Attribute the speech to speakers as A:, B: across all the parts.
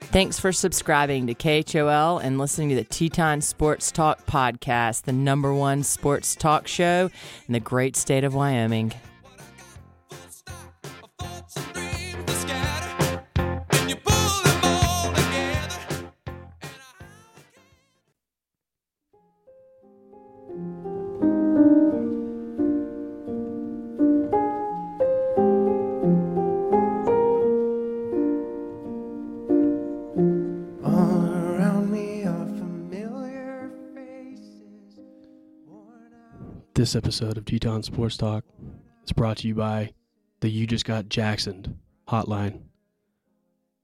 A: Thanks for subscribing to KHOL and listening to the Teton Sports Talk podcast, the number one sports talk show in the great state of Wyoming.
B: This episode of Teton Sports Talk is brought to you by the You Just Got Jacksoned hotline.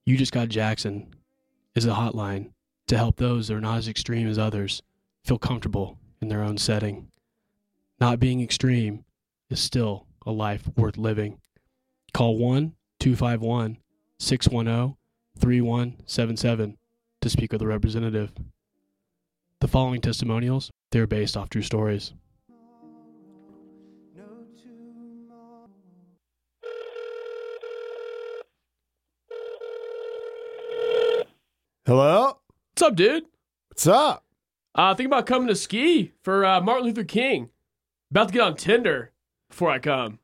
B: You Just Got Jackson is a hotline to help those that are not as extreme as others feel comfortable in their own setting. Not being extreme is still a life worth living. Call 1 251 610 3177 to speak with a representative. The following testimonials, they're based off true stories.
C: Hello?
B: What's up, dude?
C: What's up?
B: Uh, think about coming to ski for uh, Martin Luther King. About to get on Tinder before I come.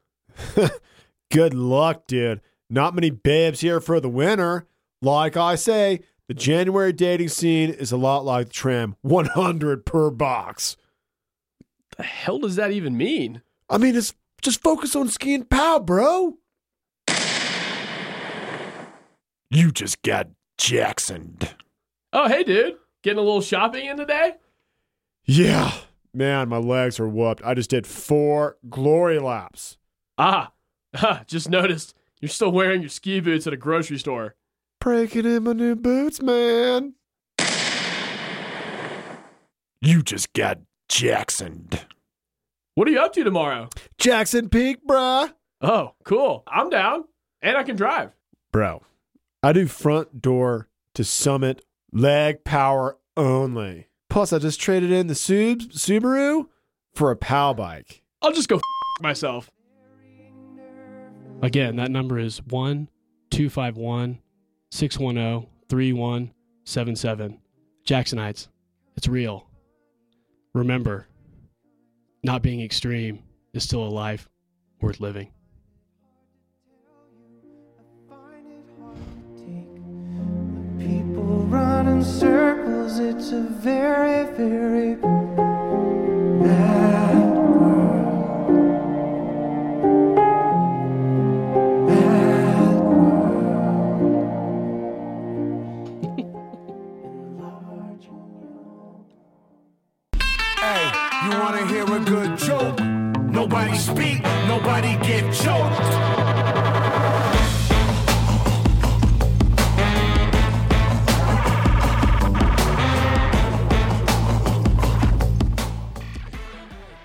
C: Good luck, dude. Not many babes here for the winter. Like I say, the January dating scene is a lot like the tram 100 per box.
B: The hell does that even mean?
C: I mean, it's just focus on skiing pow, bro. You just got Jacksoned.
B: Oh, hey, dude. Getting a little shopping in today?
C: Yeah. Man, my legs are whooped. I just did four glory laps.
B: Ah, ah, just noticed you're still wearing your ski boots at a grocery store.
C: Breaking in my new boots, man. You just got Jacksoned.
B: What are you up to tomorrow?
C: Jackson Peak, bruh.
B: Oh, cool. I'm down. And I can drive.
C: Bro, I do front door to summit leg power only. Plus, I just traded in the Sub- Subaru for a POW bike.
B: I'll just go f- myself. Again, that number is 1 251 610 3177. Jacksonites, it's real. Remember, not being extreme is still a life worth living.
D: People run in circles, it's a very, very mad world. Mad
E: Hey, you wanna hear a good joke? Nobody speak, nobody get choked.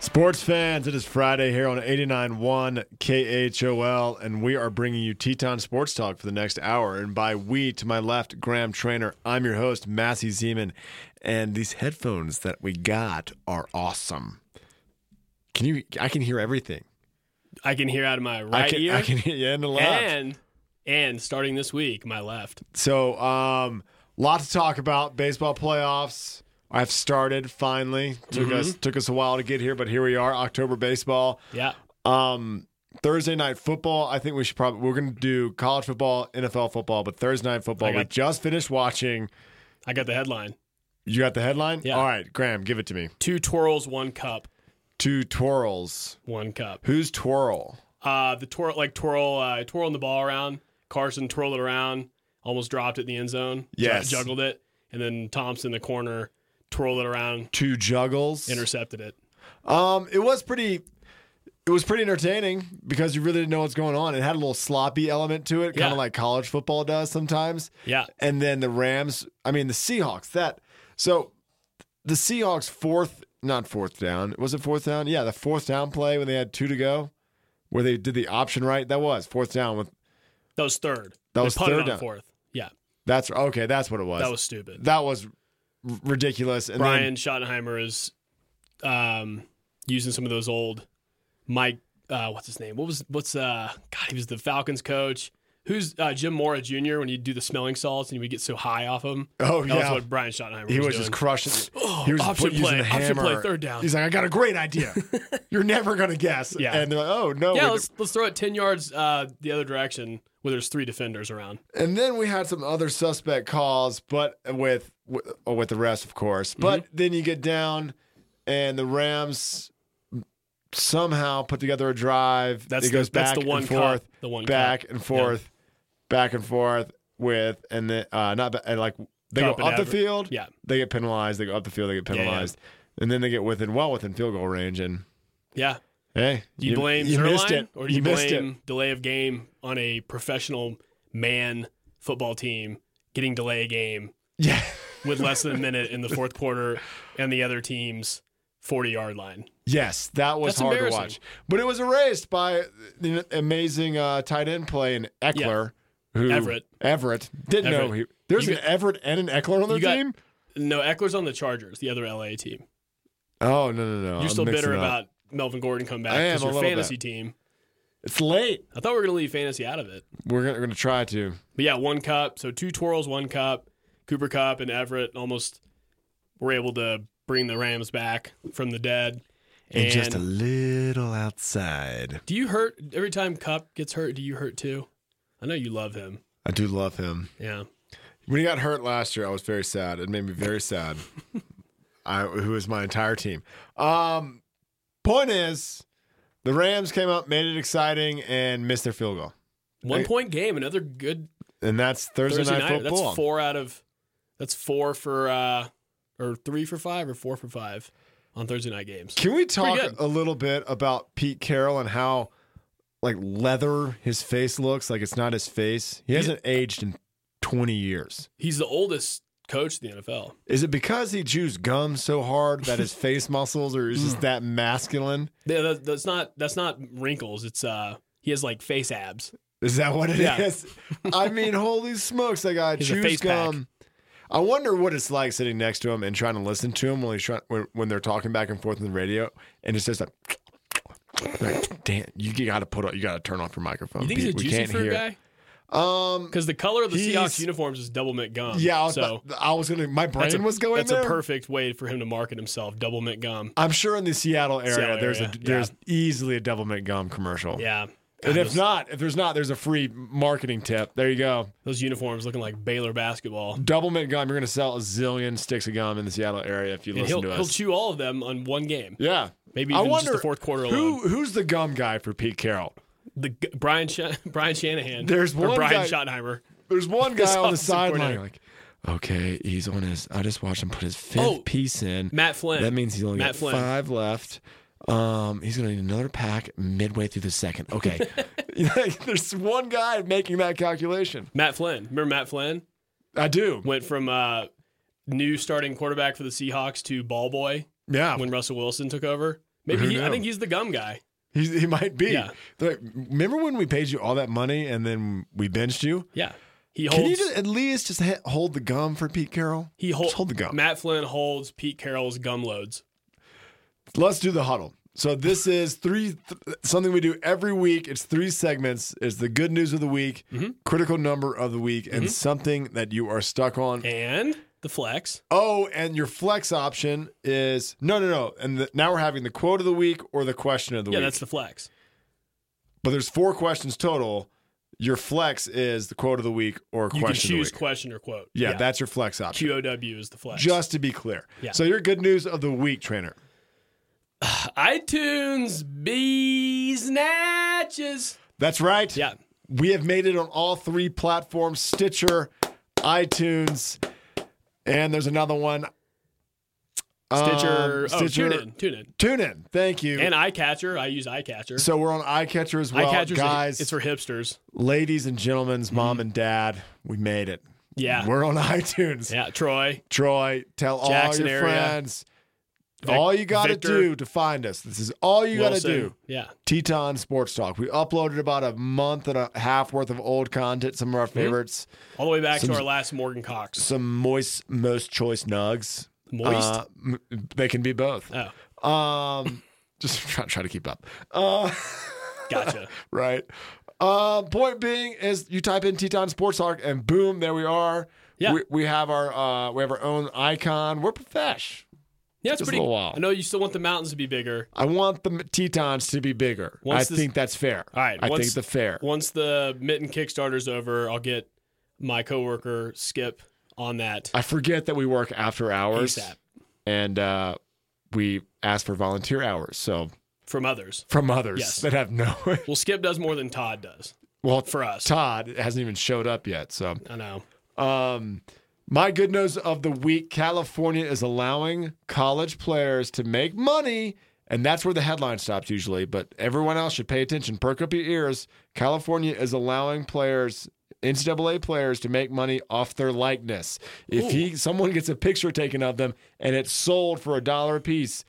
C: Sports fans, it is Friday here on 89.1 KHOL, and we are bringing you Teton Sports Talk for the next hour. And by we, to my left, Graham Trainer. I'm your host, Massey Zeman, and these headphones that we got are awesome. Can you? I can hear everything.
B: I can hear out of my right
C: I can,
B: ear.
C: I can hear you in the left.
B: and, and starting this week, my left.
C: So, um, lot to talk about. Baseball playoffs. I've started finally. Took us took us a while to get here, but here we are. October baseball.
B: Yeah.
C: Um, Thursday night football. I think we should probably we're going to do college football, NFL football, but Thursday night football.
B: I
C: we
B: got-
C: just finished watching.
B: I got the headline.
C: You got the headline.
B: Yeah.
C: All right, Graham, give it to me.
B: Two twirls, one cup.
C: Two twirls.
B: One cup.
C: Who's twirl?
B: Uh, the twirl, like twirl, uh, twirling the ball around. Carson twirled it around, almost dropped it in the end zone. Ju-
C: Yes.
B: juggled it, and then Thompson the corner twirled it around,
C: Two juggles.
B: intercepted it.
C: Um, it was pretty. It was pretty entertaining because you really didn't know what's going on. It had a little sloppy element to it, kind
B: Yeah.
C: of like college football does sometimes.
B: Yeah,
C: And then the Rams, I mean the Seahawks. That so the Seahawks fourth, not fourth down. Was it fourth down? Yeah, the fourth down play when they had two to go, where they did the option right. That was fourth down with.
B: that was third. They
C: That was
B: punted
C: third
B: on
C: down.
B: fourth. Yeah,
C: That's okay. That's what it was.
B: that was stupid.
C: that was r- ridiculous. And
B: Brian Schottenheimer is um, using some of those old Mike. Uh, what's his name? What was what's uh? God, he was the Falcons coach. Who's uh, Jim Mora Jr. when you do the smelling salts and you would get so high off him?
C: Oh,
B: that was
C: yeah.
B: what Brian Schottenheimer
C: He
B: was
C: was just
B: doing. Oh,
C: crushing. it. He was
B: option
C: put- using
B: play,
C: the
B: option
C: hammer.
B: play, third down.
C: He's like, I got a great idea. You're never gonna guess.
B: Yeah.
C: And they're like, Oh no.
B: yeah,
C: we
B: let's, let's throw it ten yards uh, the other direction where there's three defenders around.
C: And then we had some other suspect calls, but with with, oh, with the refs, of course.
B: Mm-hmm.
C: But then you get down, and the Rams somehow put together a drive.
B: That's
C: it goes
B: the- that's
C: back
B: the one
C: and
B: cut,
C: forth,
B: the one
C: back
B: cut.
C: and forth, back and forth with, and then uh, not ba- and like they
B: Cup
C: go
B: and
C: up the
B: Aver-
C: field.
B: yeah.
C: they get penalized. They go up the field. They get
B: yeah.
C: penalized, and then they get within well within field goal range. And
B: Yeah,
C: hey,
B: do you, blame
C: you
B: Zerline,
C: missed it,
B: or do you,
C: missed
B: blame
C: it.
B: delay of game on a professional man football team getting delay a game
C: Yeah,
B: with less than a minute in the fourth quarter and the other team's forty yard line?
C: Yes, that was
B: That's
C: hard to
B: embarrassing.
C: watch. But it was erased by the amazing uh, tight end play in Eckler, who
B: Everett.
C: Everett didn't know he,
B: Everett.
C: there's
B: You
C: an Everett and an Eckler on their
B: you got-
C: team.
B: No, Eckler's on the Chargers, the other LA team.
C: Oh no no no!
B: You're
C: I'm
B: still
C: mixing
B: bitter
C: it up.
B: about Melvin Gordon coming back
C: I am
B: because
C: a
B: your
C: little
B: fantasy
C: bit.
B: team.
C: It's late.
B: I thought we were going to leave fantasy out of it.
C: We're gonna, we're gonna try to.
B: But yeah, one cup. So two twirls, one cup. Cooper Cup and Everett almost were able to bring the Rams back from the dead. And,
C: little outside.
B: do you hurt every time Cup gets hurt? Do you hurt too? I know you love him.
C: I do love him.
B: Yeah,
C: When he got hurt last year, I was very sad. It made me very sad. I who was my entire team. Um, point is, the Rams came up, made it exciting, and missed their field goal.
B: one
C: Hey.
B: point game. Another good
C: And that's Thursday,
B: Thursday
C: night,
B: night.
C: football.
B: That's four out of. That's four for uh, or three for five or four for five on Thursday night games.
C: Can we talk
B: good.
C: a little bit about Pete Carroll and how like leather his face looks? Like it's not his face. He hasn't aged in 20 years.
B: He's the oldest coach in the NFL.
C: Is it because he chews gum so hard that his face muscles are
B: Mm.
C: just that masculine?
B: Yeah, that- that's not that's not wrinkles. It's uh, he has like face abs.
C: Is that what it is?
B: Yeah.
C: I mean, holy smokes! That guy
B: He's a
C: chews
B: face pack.
C: gum. I wonder what it's like sitting next to him and trying to listen to him when he's trying, when, when they're talking back and forth on the radio, and it's just like, like damn, you got to put on, you got to turn off your microphone.
B: You think he's
C: Pete.
B: a juicy fruit guy?
C: Um,
B: Because the color of the
C: He's-
B: Seahawks uniforms is double mint gum.
C: yeah, I was,
B: so
C: I was gonna. My brain
B: that's a,
C: was going
B: That's
C: there.
B: a perfect way for him to market himself. Double mint gum.
C: I'm sure in the Seattle area,
B: Seattle
C: there's
B: area,
C: a there's easily a Devil Mint Gum commercial.
B: Yeah, God,
C: and if
B: those,
C: not, if there's not, there's a free marketing tip. There you go.
B: those uniforms looking like Baylor basketball.
C: Double Mint Gum. You're gonna sell a zillion sticks of gum in the Seattle area if you
B: And
C: listen
B: he'll
C: to us.
B: he'll chew all of them on one game.
C: yeah,
B: Maybe
C: I
B: even
C: wonder
B: just the fourth quarter alone.
C: who who's the gum guy for Pete Carroll.
B: The g- Brian Sha- Brian Shanahan.
C: There's
B: or
C: one guy-
B: Brian Schottenheimer.
C: There's one guy on the
B: offensive coordinator.
C: sideline like, okay, he's on his. I just watched him put his fifth
B: Oh,
C: piece in.
B: Matt Flynn.
C: That means he's only
B: Matt
C: got
B: Flynn.
C: five left. Um, he's gonna need another pack midway through the second. Okay, Like, there's one guy making that calculation.
B: Matt Flynn. Remember Matt Flynn
C: I do.
B: went from uh, new starting quarterback for the Seahawks to ball boy
C: Yeah,
B: when Russell Wilson took over. Maybe
C: Who
B: he, I
C: knew?
B: think he's the gum guy.
C: he's, he might be.
B: Yeah.
C: They're like, remember when we paid you all that money and then we benched you?
B: Yeah, he holds.
C: Can you just, at least just he- hold the gum for Pete Carroll?
B: He
C: Just
B: holds
C: hold the gum.
B: Matt Flynn holds Pete Carroll's gum loads.
C: Let's do the huddle. So this is three th- something we do every week. It's three segments. It's the good news of the week, critical number of the week, and something that you are stuck on.
B: And the flex.
C: Oh, and your flex option is no, no, no. And the, now we're having the quote of the week or the question of the
B: Yeah,
C: week.
B: that's the flex.
C: but there's four questions total. Your flex is the quote of the week or
B: You can
C: question
B: choose
C: of the week.
B: question or quote.
C: yeah, that's your flex option.
B: QOW is the flex.
C: Just to be clear.
B: Yeah.
C: So your good news of the week, trainer.
B: iTunes bee snatches.
C: That's right.
B: Yeah.
C: We have made it on all three platforms Stitcher, iTunes, and there's another one.
B: Stitcher.
C: Um,
B: oh,
C: Stitcher.
B: tune in. Tune in.
C: Tune in. Thank you.
B: And eye catcher. I use eye catcher.
C: so we're on iCatcher as well.
B: Eyecatcher's a-
C: Guys,
B: it's for hipsters.
C: ladies and gentlemen's mom and dad, we made it.
B: Yeah.
C: We're on iTunes.
B: yeah. Troy.
C: Troy, tell
B: Jackson
C: all your
B: area.
C: friends.
B: Vic-
C: all you got to
B: Victor.
C: do to find us. This is all you got to
B: Wilson.
C: do.
B: Yeah.
C: Teton Sports Talk. We uploaded about a month and a half worth of old content, some of our
B: Mm-hmm.
C: favorites,
B: All the way back
C: Some-
B: to our last Morgan Cox.
C: some moist, most choice nugs.
B: Moist?
C: Uh, m- they can be both.
B: Oh,
C: Um, just try, try to keep up. Uh,
B: gotcha.
C: right. Uh, point being is you type in Teton Sports Talk and boom, there we are.
B: Yeah.
C: We, we have our uh, we have our own icon. We're profesh.
B: Yeah, it's
C: Just a
B: pretty.
C: little while.
B: I know you still want the mountains to be bigger.
C: I want the Tetons to be bigger.
B: Once
C: I
B: this-
C: think that's fair.
B: All right,
C: I
B: once-
C: think the fair.
B: Once the mitten Kickstarter's over, I'll get my coworker Skip on that
C: I forget that we work after hours
B: ASAP
C: and uh, we ask for volunteer hours. So
B: from others.
C: from others
B: Yes.
C: that have no.
B: Well, Skip does more than Todd does
C: well,
B: for us.
C: Todd hasn't even showed up yet. So
B: I know.
C: Um, my good news of the week California is allowing college players to make money. And that's where the headline stops usually, but everyone else should pay attention. Perk up your ears. California is allowing players, NCAA players, to make money off their likeness. If he, someone gets a picture taken of them and it's sold for a dollar a piece,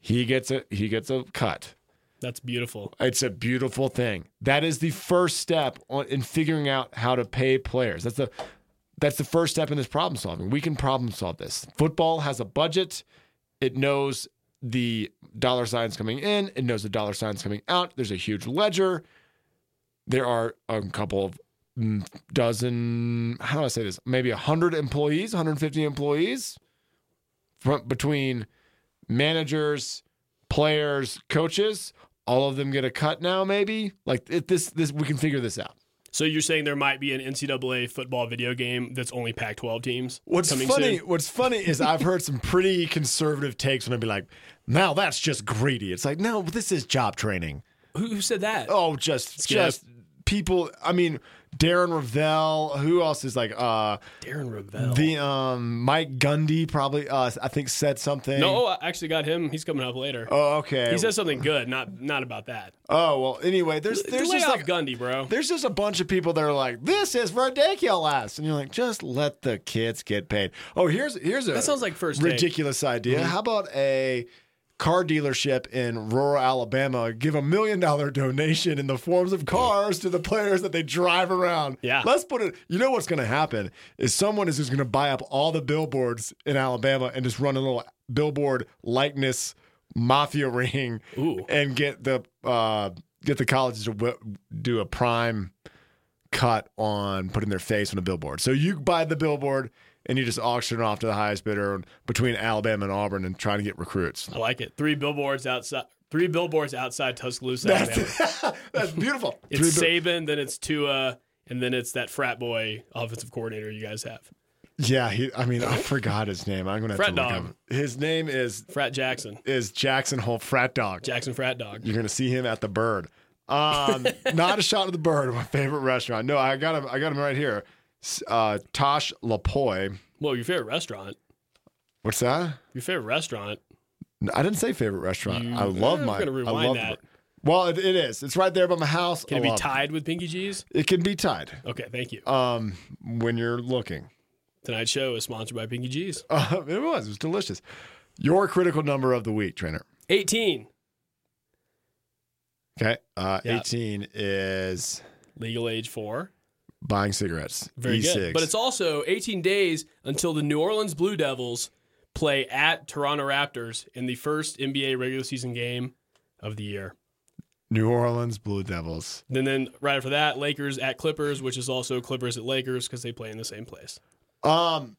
C: he gets a he gets a cut.
B: That's beautiful.
C: It's a beautiful thing. That is the first step on, in figuring out how to pay players. That's the that's the first step in this problem solving. We can problem solve this. Football has a budget. It knows the dollar signs coming in. It knows the dollar signs coming out. There's a huge ledger. There are a couple of mm, dozen. How do I say this? Maybe hundred employees, 150 employees, from between managers, players, coaches, all of them get a cut now. Maybe like it, this. This we can figure this out.
B: So you're saying there might be an NCAA football video game that's only Pac-12 teams?
C: What's
B: coming
C: funny?
B: Soon?
C: What's funny is I've heard some pretty conservative takes when I'd be like, "Now that's just greedy." It's like, no, this is job training.
B: Who, who said that?
C: Oh, just
B: Skip.
C: just people. I mean, Darren Ravel. Who else is like uh
B: Darren Ravel.
C: the um Mike Gundy? Probably uh, I think said something.
B: no, I actually got him. He's coming up later.
C: Oh, okay.
B: he said something good, not not about that.
C: oh well. Anyway, there's there's
B: Lay
C: just
B: off
C: like
B: Gundy, bro.
C: there's just a bunch of people that are like, "This is ridiculous," and you're like, "Just let the kids get paid." Oh, here's here's a
B: That sounds like first Mm-hmm. take.
C: ridiculous idea. How about a car dealership in rural Alabama give a million dollar donation in the forms of cars to the players that they drive around?
B: Yeah.
C: let's put it. You know what's going to happen is someone is just going to buy up all the billboards in Alabama and just run a little billboard likeness mafia ring
B: Ooh.
C: and get the uh, get the colleges to w- do a prime cut on putting their face on a billboard. So you buy the billboard and you just auction it off to the highest bidder between Alabama and Auburn and trying to get recruits.
B: I like it. Three billboards outside. Three billboards outside Tuscaloosa. Alabama.
C: That's, that's beautiful.
B: It's
C: Three
B: Saban, then it's Tua, and then it's that frat boy offensive coordinator you guys have,
C: bill- yeah, he, I mean, I forgot his name. I'm gonna have
B: Frat
C: to look
B: dog.
C: up. His name is
B: Frat Jackson,
C: is Jackson Hole Frat Dog.
B: Jackson Frat Dog.
C: You're gonna see him at the Bird. Um, not a shot at the Bird, my favorite restaurant. No, I got him. I got him right here. S- Uh, Tosh Lapoy.
B: Well, your favorite restaurant.
C: What's that?
B: Your favorite restaurant.
C: No, I didn't say favorite restaurant.
B: You-
C: I love
B: I'm
C: my.
B: gonna
C: I
B: rewind
C: love
B: that.
C: The, well, it, it is. It's right there by my house.
B: Can
C: I
B: it be
C: love
B: tied with Pinky G's?
C: It can be tied.
B: Okay, thank you.
C: Um, when you're looking,
B: Tonight's show is sponsored by Pinky G's.
C: uh, it was. It was delicious. Your critical number of the week, trainer.
B: 18.
C: Okay, uh,
B: Yeah.
C: 18 is
B: Legal age four.
C: buying cigarettes. E
B: Very
C: E6.
B: good. But it's also 18 days until the New Orleans Blue Devils play at Toronto Raptors in the first NBA regular season game of the year.
C: New Orleans Blue Devils.
B: Then, then right after that, Lakers at Clippers, which is also Clippers at Lakers because they play in the same place.
C: Um,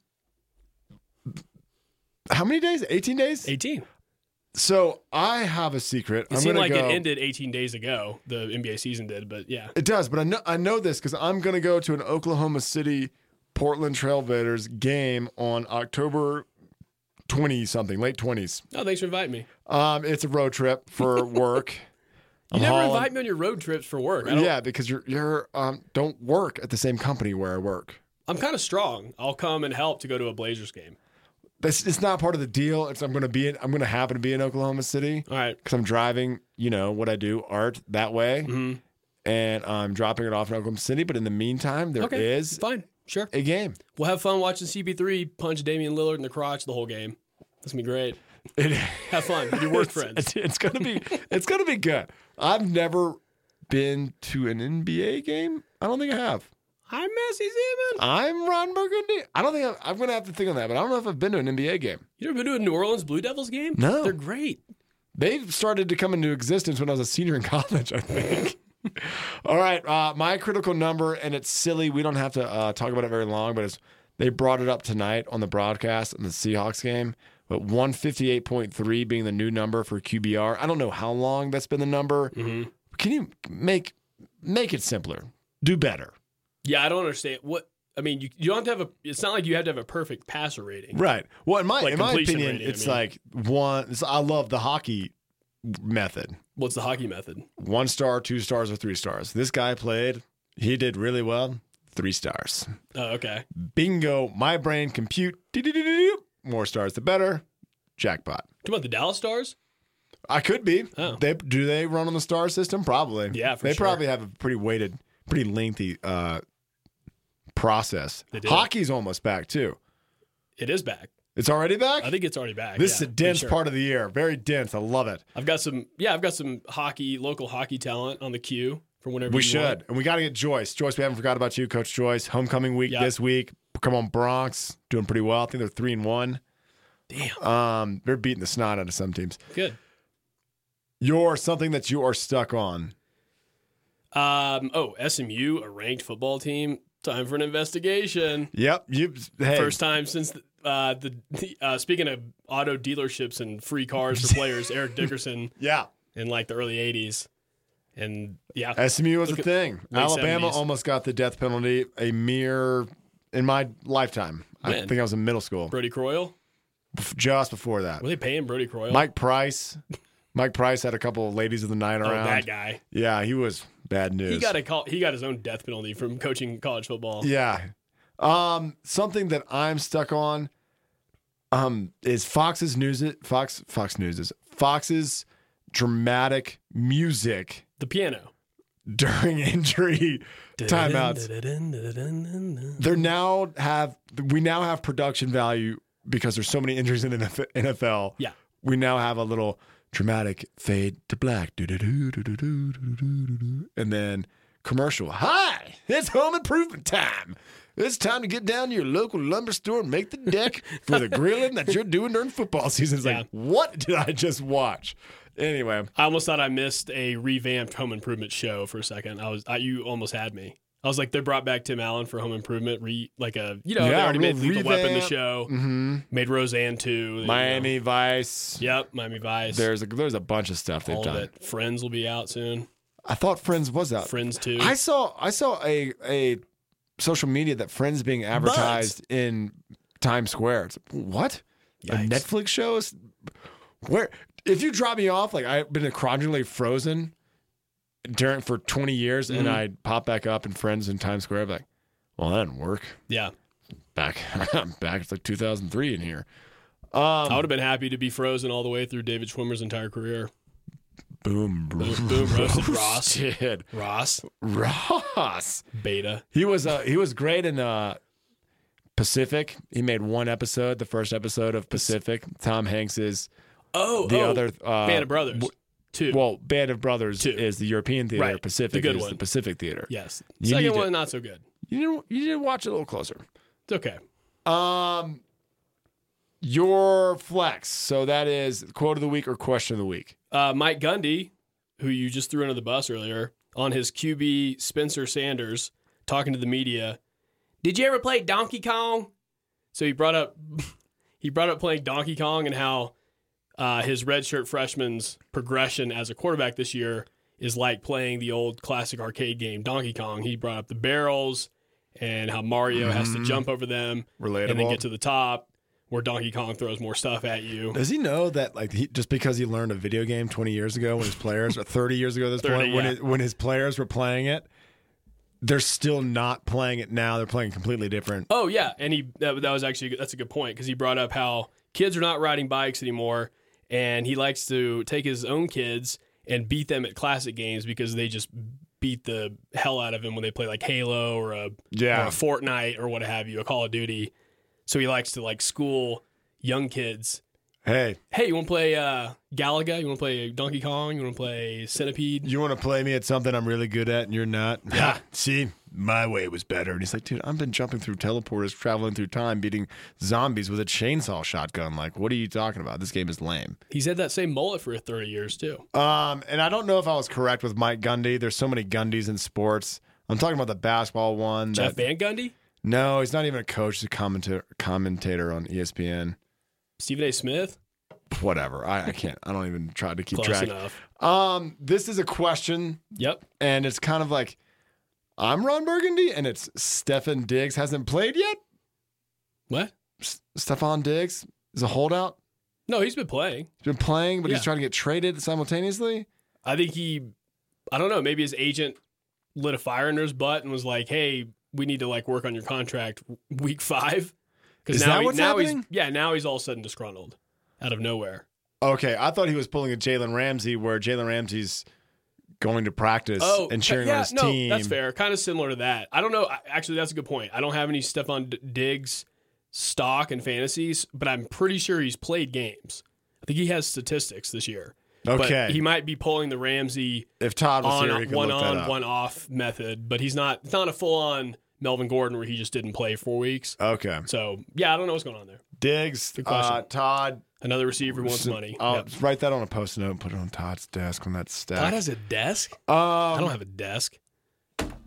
C: how many days? 18 days.
B: 18.
C: So I have a secret.
B: It
C: I'm
B: seemed
C: gonna
B: like
C: go,
B: it ended 18 days ago. The NBA season did, but yeah.
C: It does, but I know I know this because I'm gonna go to an Oklahoma City Portland Trailblazers game on October twenty something, late twenties.
B: Oh, thanks for inviting me.
C: Um, it's a road trip for work.
B: You
C: I'm
B: never
C: hauling-
B: invite me on your road trips for work. I don't,
C: Yeah, because you're you're um don't work at the same company where I work.
B: I'm kind of strong. I'll come and help to go to a Blazers game.
C: That's it's not part of the deal. It's I'm gonna be in, I'm gonna happen to be in Oklahoma City
B: All right.
C: because I'm driving. You know what I do, art that way,
B: Mhm.
C: and I'm dropping it off in Oklahoma City. But in the meantime, there is
B: Okay. Fine. Sure.
C: a game.
B: We'll have fun watching CP3 punch Damian Lillard in the crotch the whole game. That's gonna be great.
C: It-
B: Have fun with your work
C: It's-
B: friends.
C: It's, it's gonna be it's gonna be good. I've never been to an NBA game. I don't think I have.
B: Hi, Messi Zeman.
C: I'm Ron Burgundy. I don't think I've, I'm gonna have to think on that, but I don't know if I've been to an NBA game.
B: You ever been to a New Orleans Blue Devils game?
C: No.
B: They're great.
C: They started to come into existence when I was a senior in college. I think All right, uh, my critical number, and it's silly. We don't have to uh, talk about it very long, but it's they brought it up tonight on the broadcast in the Seahawks game. But 158.3 being the new number for QBR. I don't know how long that's been the number. Can you make make it simpler? Do better.
B: Yeah, I don't understand what. I mean, you, you don't have to have a. It's not like you have to have a perfect passer rating.
C: Right. Well, in my
B: Like
C: in my
B: completion
C: opinion,
B: rating, I
C: it's
B: mean.
C: like one. it's- I love the hockey method.
B: What's the hockey method?
C: One star, two stars, or three stars. This guy played. He did really well. Three stars.
B: Oh, okay.
C: Bingo. My brain compute. Do-do-do-do-do. More stars, the better. Jackpot.
B: Talking about the Dallas Stars.
C: I could be.
B: Oh.
C: They do they run on the star system? Probably.
B: Yeah, for
C: they
B: sure.
C: probably have a pretty weighted, pretty lengthy uh, process.
B: They do.
C: Hockey's almost back too.
B: It is back.
C: It's already back.
B: I think it's already back.
C: this
B: yeah,
C: is a
B: for
C: dense
B: sure.
C: part of the year. Very dense. I love it.
B: I've got some. Yeah, I've got some hockey, local hockey talent on the queue for whenever
C: We
B: you
C: should.
B: want.
C: And we got to get Joyce. Joyce, we haven't forgot about you, Coach Joyce. Homecoming week
B: Yeah.
C: this week. Come on, Bronx. Doing pretty well. I think they're three and one. Damn. Um, they're beating the snot out of some teams.
B: Good.
C: You're something that you are stuck on.
B: Um. Oh, SMU, a ranked football team. Time for an investigation.
C: Yep. You hey,
B: First time since uh, the, the uh, speaking of auto dealerships and free cars for players, Eric Dickerson
C: Yeah.
B: in like the early '80s, and yeah,
C: SMU was
B: Look
C: a
B: at-
C: thing.
B: late
C: Alabama
B: 70s.
C: almost got the death penalty a mere in my lifetime. I
B: When?
C: think I was in middle school.
B: Brody Croyle.
C: Bef- Just before that.
B: Were they paying Brody Croyle?
C: Mike Price. Mike Price had a couple of ladies of the night
B: oh,
C: around.
B: that guy.
C: Yeah, he was bad news.
B: He got a call. He got his own death penalty from coaching college football.
C: Yeah. Um, something that I'm stuck on um, is Fox's news. Fox Fox News is Fox's dramatic music
B: The piano.
C: during injury timeouts. They're now have we now have production value because there's so many injuries in the NFL.
B: Yeah.
C: we now have a little dramatic fade to black, Doo-doo-doo, doo-doo-doo, doo-doo-doo-doo. and then commercial. Hi, it's home improvement time. It's time to get down to your local lumber store and make the deck for the grilling that you're doing during football season. It's
B: Yeah.
C: like, what did I just watch? Anyway,
B: I almost thought I missed a revamped Home Improvement show for a second. I was, I, you almost had me. I was like, they brought back Tim Allen for Home Improvement, re, like a, you know,
C: Yeah,
B: they already
C: real
B: made Lethal Weapon the
C: revamp.
B: show,
C: hmm
B: made Roseanne too,
C: Miami Vice.
B: You know. Yep, Miami Vice.
C: There's a, there's a bunch of stuff they've
B: all of
C: done.
B: it. Friends will be out soon.
C: I thought Friends was out.
B: Friends too.
C: I saw I saw a a social media that Friends being advertised in Times Square. It's, what? A
B: Yikes.
C: Netflix show is where if you drop me off, like I've been chronically frozen during for twenty years,
B: Mm-hmm.
C: and I pop back up in Friends in Times Square, I'd be like, well, that didn't work.
B: yeah,
C: Back, I'm back. It's like 2003 in here. Um,
B: I would have been happy to be frozen all the way through David Schwimmer's entire career.
C: Boom,
B: Boom, boom, roasted Ross,
C: roasted.
B: Ross,
C: Ross.
B: Beta.
C: He was uh, he was great in uh, Pacific. He made one episode, the first episode of Pacific. Tom Hanks's
B: Oh,
C: the
B: oh,
C: other uh,
B: Band of Brothers
C: w-
B: too.
C: well, Band of Brothers
B: Two.
C: is the European theater.
B: Right.
C: Pacific
B: The good
C: is the
B: one.
C: Pacific theater.
B: yes,
C: You need
B: second
C: to-
B: one not so good.
C: You didn't you didn't watch it a little closer.
B: It's okay.
C: Um, your flex. So that is quote of the week or question of the week.
B: uh, Mike Gundy, who you just threw under the bus earlier, on his QB Spencer Sanders talking to the media. Did you ever play Donkey Kong? So he brought up he brought up playing Donkey Kong and how uh, his redshirt freshman's progression as a quarterback this year is like playing the old classic arcade game Donkey Kong. He brought up the barrels and how Mario has to jump over them and then
C: Relatable.
B: get to the top, where Donkey Kong throws more stuff at you.
C: Does he know that like he, just because he learned a video game 20 years ago when his players or 30 years ago at this
B: 30,
C: point when
B: yeah.
C: it, when his players were playing it they're still not playing it now they're playing completely different.
B: Oh yeah, and he that, that was actually that's a good point because he brought up how kids are not riding bikes anymore, and he likes to take his own kids and beat them at classic games because they just beat the hell out of him when they play like Halo or a, or
C: Yeah.
B: a Fortnite or what have you, a Call of Duty. So he likes to like school young kids
C: Hey,
B: Hey, you want to play uh, Galaga? You want to play Donkey Kong? You want to play Centipede?
C: you want to play me at something I'm really good at and you're not? Ha, see, my way was better. And he's like, dude, I've been jumping through teleporters, traveling through time, beating zombies with a chainsaw shotgun. Like, what are you talking about? This game is lame.
B: He's had that same mullet for 30 years, too.
C: Um, and I don't know if I was correct with Mike Gundy. There's so many Gundys in sports. I'm talking about the basketball one.
B: Jeff Van
C: that-
B: Gundy?
C: no, he's not even a coach. He's a commentator, commentator on E ESPN.
B: Stephen A. Smith?
C: Whatever. I, I can't. I don't even try to keep
B: Close
C: track.
B: enough.
C: Um, this is a question
B: Yep.
C: and it's kind of like I'm Ron Burgundy, and it's Stefan Diggs hasn't played yet.
B: What?
C: S- Stefan Diggs is a holdout.
B: No, he's been playing.
C: He's been playing, but he's
B: Yeah.
C: trying to get traded simultaneously.
B: I think he, I don't know, maybe his agent lit a fire under his butt and was like, "Hey, we need to like work on your contract week five.
C: Is
B: now,
C: that
B: he-
C: what's
B: now he's
C: happening?
B: yeah, now he's all of a sudden disgruntled out of nowhere.
C: Okay, I thought he was pulling a Jalen Ramsey, where Jalen Ramsey's going to practice
B: Oh,
C: and cheering
B: yeah,
C: on his
B: no,
C: team.
B: that's fair. Kind of similar to that. I don't know. I- Actually, that's a good point. I don't have any Stephon D- Diggs stock and fantasies, but I'm pretty sure he's played games. I think he has statistics this year. But
C: Okay,
B: he might be pulling the Ramsey
C: if Todd was
B: on
C: here, he could
B: one
C: look that
B: on
C: up.
B: one off method, but he's not it's not a full on Melvin Gordon where he just didn't play four weeks.
C: Okay,
B: So yeah, I don't know what's going on there.
C: Diggs,
B: Good question.
C: uh, Todd.
B: Another receiver wants money.
C: I'll
B: Yep.
C: write that on a post note and put it on Todd's desk on that stack.
B: Todd has a desk.
C: Um,
B: I don't have a desk.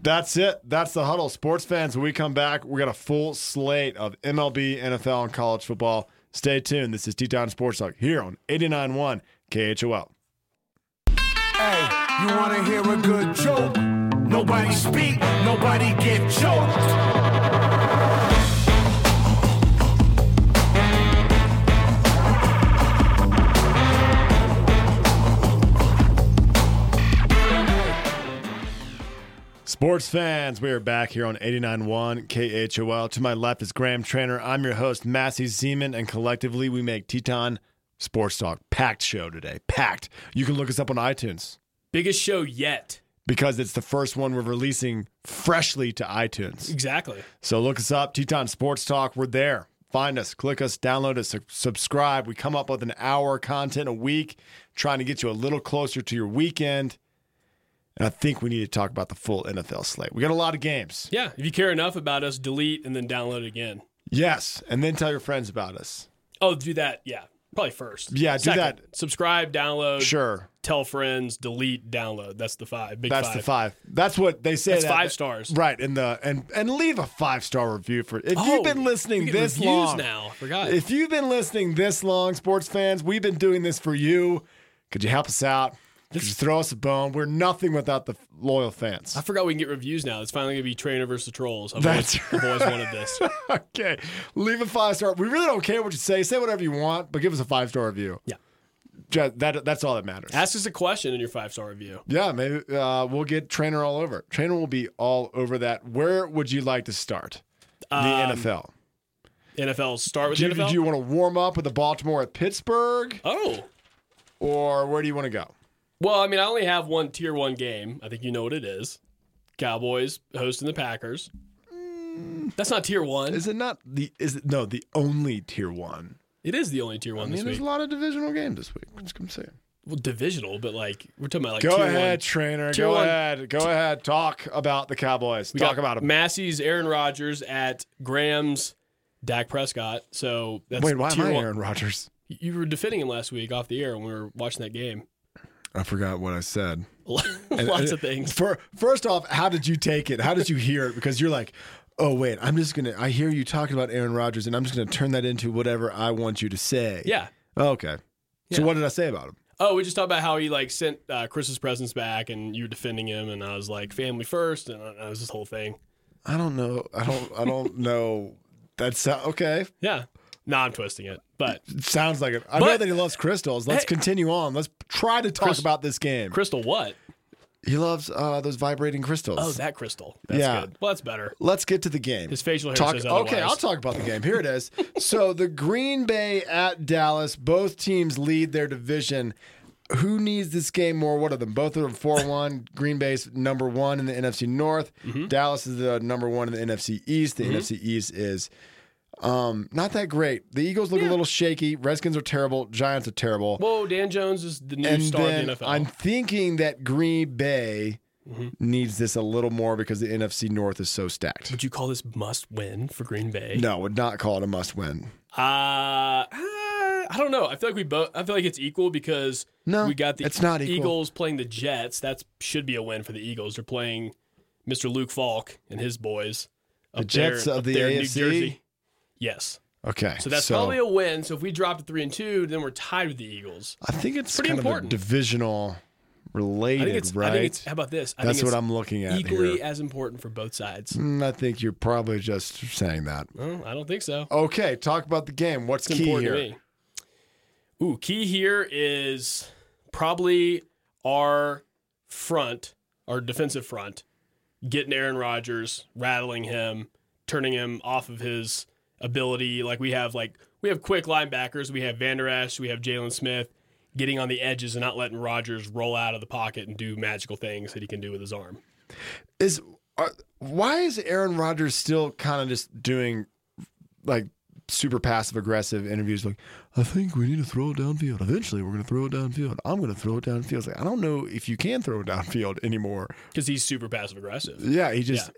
C: That's it. That's the huddle. Sports fans, when we come back, we got a full slate of MLB, NFL, and college football. Stay tuned. This is T-Town Sports Talk here on 89.1 KHOL.
E: Hey, you wanna hear a good joke? Nobody speak, nobody get choked.
C: Sports fans, we are back here on 89.1 KHOL. To my left is Graham Trainer. I'm your host, Massey Zeman, and collectively we make Teton Sports Talk. Packed show today. Packed. You can look us up on iTunes
B: Biggest show yet.
C: because it's the first one we're releasing freshly to iTunes.
B: Exactly.
C: So look us up, Teton Sports Talk. We're there. Find us, click us, download us, su- subscribe. We come up with an hour content a week, trying to get you a little closer to your weekend. And I think we need to talk about the full NFL slate. We got a lot of games.
B: Yeah. If you care enough about us, delete and then download it again.
C: Yes. And then tell your friends about us.
B: Oh, do that. Yeah. Probably first.
C: Yeah, do
B: Second,
C: that.
B: Subscribe, download,
C: Sure.
B: tell friends, delete, download. That's the five. Big
C: That's
B: five.
C: the five. That's what they say.
B: That's
C: that-
B: five stars.
C: Right. And the and and leave a five star review for if
B: Oh,
C: you've been listening
B: you get
C: this
B: reviews
C: long.
B: now. I Forgot.
C: If you've been listening this long, sports fans, we've been doing this for you. Could you help us out? Could you throw us a bone? We're nothing without the loyal fans.
B: I forgot we can get reviews now. It's finally gonna be Trainer versus Trolls. I've,
C: That's
B: always, I've always wanted this.
C: okay. Leave a five star. We really don't care what you say. Say whatever you want, but give us a five star review.
B: Yeah.
C: Ju- that, that's all that matters.
B: Ask us a question in your five star review.
C: yeah, maybe uh, we'll get Trainer all over. it. Trainer will be all over that. Where would you like to start? The
B: Um,
C: NFL.
B: NFL start with
C: Do you,
B: the NFL.
C: do you want to warm up with the Baltimore at Pittsburgh,
B: oh,
C: or where do you want to go?
B: well, I mean, I only have one tier one game. I think you know what it is. Cowboys hosting the Packers. That's not tier one.
C: Mm. Is it not the? Is it no the only tier one?
B: It is the only tier one
C: I mean,
B: this
C: there's
B: week.
C: a lot of divisional games this week. That's what I'm saying.
B: Well, divisional, but like we're talking about like
C: Go
B: tier
C: ahead,
B: one.
C: trainer.
B: Tier
C: go
B: one.
C: ahead. Go ahead. Talk about the Cowboys.
B: We
C: Talk
B: got
C: about them.
B: Massey's Aaron Rodgers at Graham's Dak Prescott. So that's
C: Wait, why am
B: tier
C: I
B: one.
C: Aaron Rodgers?
B: You were defending him last week off the air when we were watching that game.
C: I forgot what I said.
B: Lots of things.
C: uh, For, first off, how did you take it? How did you hear it? Because you're like, oh wait, I'm just gonna. I hear you talking about Aaron Rodgers, and I'm just gonna turn that into whatever I want you to say. Oh,
B: Yeah.
C: Okay. So
B: Yeah.
C: what did I say about him?
B: Oh, we just talked about how he like sent uh, Chris's presents back, and you were defending him, and I was like, family first, and that was this whole thing.
C: I don't know. I don't. I don't know. That's uh, okay.
B: Yeah. No, I'm twisting it, but
C: Sounds like it. I know
B: But-
C: that he loves crystals. Let's
B: Hey.
C: continue on. Let's try to talk about this game.
B: crystal what?
C: He loves uh, those vibrating crystals.
B: Oh, that crystal. That's
C: Yeah.
B: good. Well, that's better.
C: Let's get to the game.
B: His facial hair
C: Talk,
B: says otherwise.
C: okay, I'll talk about the game. Here it is. so the Green Bay at Dallas. Both teams lead their division. Who needs this game more? What are them? Both are four one. Green Bay's number one
B: Mm-hmm.
C: in the NFC North. Dallas is the number one in the NFC East. The NFC East is Um, not that great. The Eagles look a little shaky. Redskins are terrible. Giants are terrible.
B: Whoa, Dan Jones is the new
C: and
B: star of
C: then
B: the NFL.
C: I'm thinking that Green Bay
B: Mm-hmm.
C: needs this a little more because the NFC North is so stacked.
B: Would you call this must win for Green Bay?
C: No, would not call it a must win.
B: Uh, uh, I don't know. I feel like we both. I feel like it's equal because
C: No,
B: we got the
C: it's not equal.
B: Eagles playing the Jets. That should be a win for the Eagles. They're playing Mr. Luke Falk and his boys.
C: The
B: up there-
C: Jets of
B: up
C: the
B: there in
C: AFC?
B: New Jersey. Yes,
C: Okay.
B: so that's probably a win. So if we drop to three and two, then we're tied with the Eagles.
C: I think it's
B: pretty
C: kind
B: important.
C: of a divisional related,
B: I think it's.
C: right?
B: I think it's. How about this? I
C: that's
B: think
C: what
B: it's
C: I'm looking at
B: Equally
C: here.
B: as important for both sides.
C: Mm, I think you're probably just saying that.
B: Well, I don't think so.
C: Okay, talk about the game. What's
B: It's
C: key
B: important
C: here?
B: to me. Ooh, key here is probably our front, our defensive front, getting Aaron Rodgers, rattling him, turning him off of his ability. Like we have like we have quick linebackers, we have Vander Esch, we have Jalen Smith getting on the edges and not letting Rodgers roll out of the pocket and do magical things that he can do with his arm.
C: Is are, why is Aaron Rodgers still kind of just doing like super passive aggressive interviews? Like, I think we need to throw it downfield. Eventually, we're going to throw it downfield. I'm going to throw it downfield. It's like, I don't know if you can throw it downfield anymore.
B: Because he's super passive aggressive.
C: Yeah, he just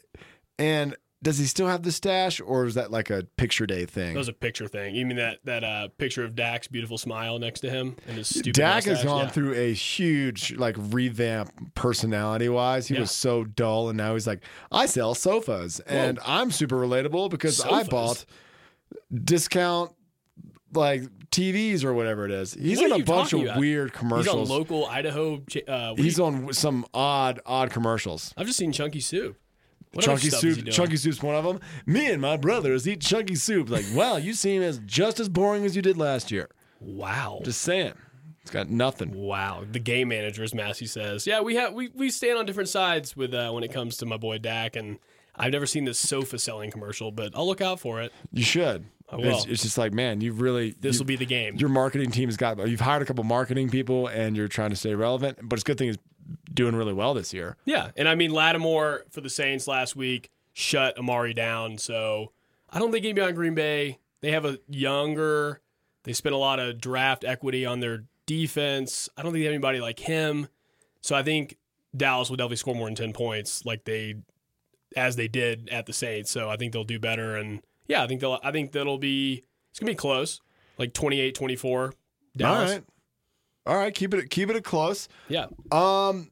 C: and. Does he still have the stash, or is that like a picture day thing?
B: That was a picture thing. You mean that that uh, picture of Dak's beautiful smile next to him and his stupid
C: Dak has
B: mustache?
C: gone
B: Yeah.
C: through a huge like revamp personality wise. He
B: Yeah.
C: was so dull, and now he's like, I sell sofas, and I'm super relatable because I
B: Sofas?
C: bought discount like TVs or whatever it is. He's
B: What
C: in
B: are
C: a
B: you
C: bunch
B: talking
C: of
B: about?
C: weird
B: He's on
C: commercials.
B: local Idaho. cha- Uh, what do
C: He's
B: you-
C: on some odd, odd commercials.
B: I've just seen Chunky Soup. What other
C: chunky
B: stuff is he
C: soup,
B: doing?
C: chunky soup's one of them. Me and my brothers eat chunky soup. Like, wow, you seem as just as boring as you did last year.
B: Wow.
C: Just saying, it's got nothing.
B: wow. The game manager, as Massey says, yeah, we have we we stand on different sides with uh, when it comes to my boy Dak, and I've never seen this sofa selling commercial, but I'll look out for it.
C: You should.
B: will.
C: It's, it's just like, man, you really
B: This
C: you-
B: will be the game.
C: your marketing team's got. You've hired a couple marketing people, and you're trying to stay relevant. But it's a good thing is doing really well this year.
B: Yeah, and I mean Lattimore for the Saints last week shut Amari down, so I don't think he'd be on Green Bay. They have a younger. They spent a lot of draft equity on their defense. I don't think they have anybody like him. So I think Dallas will definitely score more than ten points, like they as they did at the Saints. So I think they'll do better, and yeah, I think they'll. I think that'll be. It's gonna be close, like 28-24. Dallas.
C: All right, all right. Keep it keep it close.
B: Yeah,
C: Um,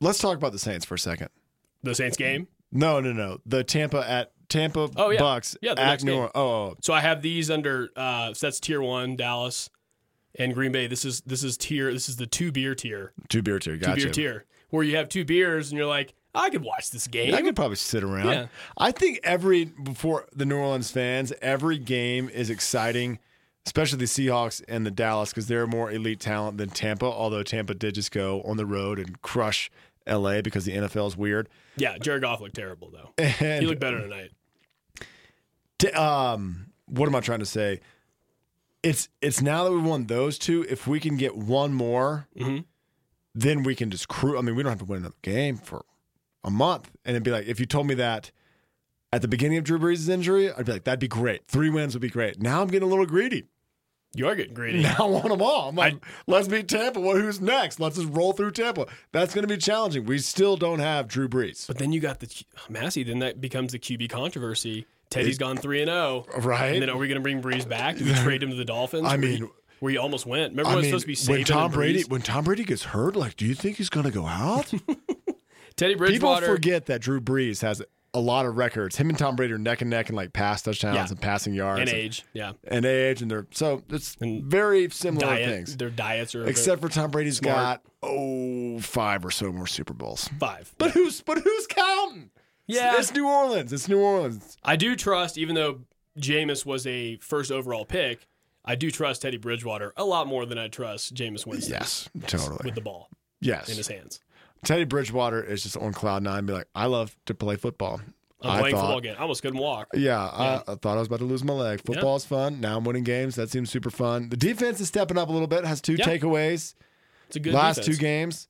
C: let's talk about the Saints for a second.
B: the Saints game.
C: No, no, no. The Tampa at Tampa
B: Oh, yeah.
C: Bucks
B: Yeah, the
C: at
B: next
C: New
B: game.
C: Orleans. Oh, oh,
B: So I have these under uh so that's tier one, Dallas and Green Bay. This is this is tier this is the two beer tier.
C: two beer tier.
B: Two
C: Gotcha.
B: beer tier. Where you have two beers and you're like, I could watch this game.
C: I could probably sit around.
B: Yeah.
C: I think every before the New Orleans fans, every game is exciting, especially the Seahawks and the Dallas because they're more elite talent than Tampa. Although Tampa did just go on the road and crush L.A. because the NFL is weird.
B: yeah, Jared Goff looked terrible though.
C: And
B: he looked better tonight.
C: t- um, what am I trying to say? It's it's now that we won those two. If we can get one more,
B: Mhm.
C: then we can just crew. I mean, we don't have to win another game for a month. And it'd be like if you told me that at the beginning of Drew Brees' injury, I'd be like, that'd be great. Three wins would be great. Now I'm getting a little greedy.
B: You are getting greedy.
C: Now I want them all. I'm like, let's beat Tampa. Well, who's next? Let's just roll through Tampa. That's going to be challenging. We still don't have Drew Brees,
B: But then you got the Q- Massey, then that becomes the QB controversy. Teddy's gone three and oh. And
C: right?
B: then are we gonna bring Breeze back? Do we trade him to the Dolphins?
C: I
B: Where
C: mean-
B: he- where he almost went. Remember
C: I
B: when
C: mean,
B: it was supposed to be
C: when
B: Saban
C: Tom
B: and
C: Brady
B: Breeze?
C: when Tom Brady gets hurt, like, do you think he's going to go out?
B: Teddy
C: People
B: Bridgewater.
C: forget that Drew Brees has a lot of records. Him and Tom Brady are neck and neck in like pass touchdowns
B: Yeah.
C: and passing yards
B: and age. Yeah.
C: and age, and they're so it's
B: And
C: very similar
B: Diet,
C: things.
B: Their diets are
C: Except for Tom Brady's
B: Smart.
C: got oh five or so more Super Bowls.
B: five.
C: But who's but who's counting?
B: Yeah.
C: it's New Orleans. It's New Orleans.
B: I do trust, even though Jameis was a first overall pick, I do trust Teddy Bridgewater a lot more than I trust Jameis Winston.
C: Yes,
B: With
C: totally.
B: the ball in his
C: Yes,
B: hands.
C: Teddy Bridgewater is just on cloud nine. Be like, I love to play football.
B: I'm
C: I
B: playing
C: thought-
B: football again. I almost couldn't walk.
C: Yeah, I, I thought I was about to lose my leg. Football's fun. Now I'm winning games. That seems super fun. The defense is stepping up a little bit. Has two
B: Yeah.
C: takeaways.
B: It's a good
C: last
B: defense.
C: two games.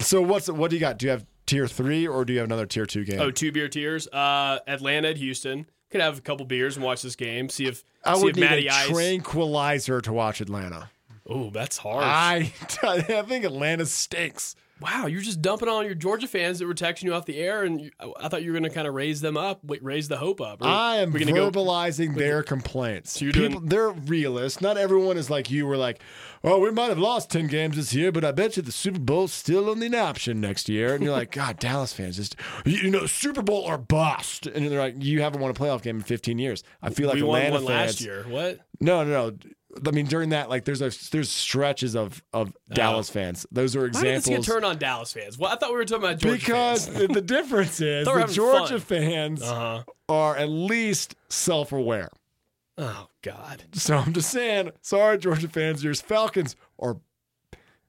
C: So what's what do you got? Do you have tier three or do you have another tier two game?
B: Oh, two beer tiers. Uh, Atlanta at Houston. Could have a couple beers and watch this game. See if
C: I
B: see
C: would
B: if
C: need
B: Matty
C: a
B: Ice.
C: tranquilizer to watch Atlanta.
B: Oh, that's hard.
C: I, I think Atlanta stinks.
B: wow, you're just dumping on your Georgia fans that were texting you off the air, and you, I- I thought you were going to kind of raise them up, wait, raise the hope up. Or
C: I am
B: we're gonna go-
C: verbalizing their complaints.
B: you're
C: People,
B: doing-
C: they're realists. Not everyone is like you. We're like, oh, we might have lost ten games this year, but I bet you the Super Bowl's still on the option next year. And you're like, God, Dallas fans, just you, you know, Super Bowl or bust. And they're like, you haven't won a playoff game in 15 years. I feel like
B: we won
C: Atlanta
B: one
C: fans.
B: last year. What?
C: No, no, no. I mean, during that, like, there's a there's stretches of of Dallas fans. Those are
B: Why did this get
C: examples.
B: turned on Dallas fans? Well, I thought we were talking about Georgia
C: Because the the difference is
B: They're
C: the
B: having
C: Georgia
B: fun.
C: fans
B: Uh huh.
C: are at least self aware.
B: Oh God.
C: So I'm just saying, sorry, Georgia fans, your Falcons are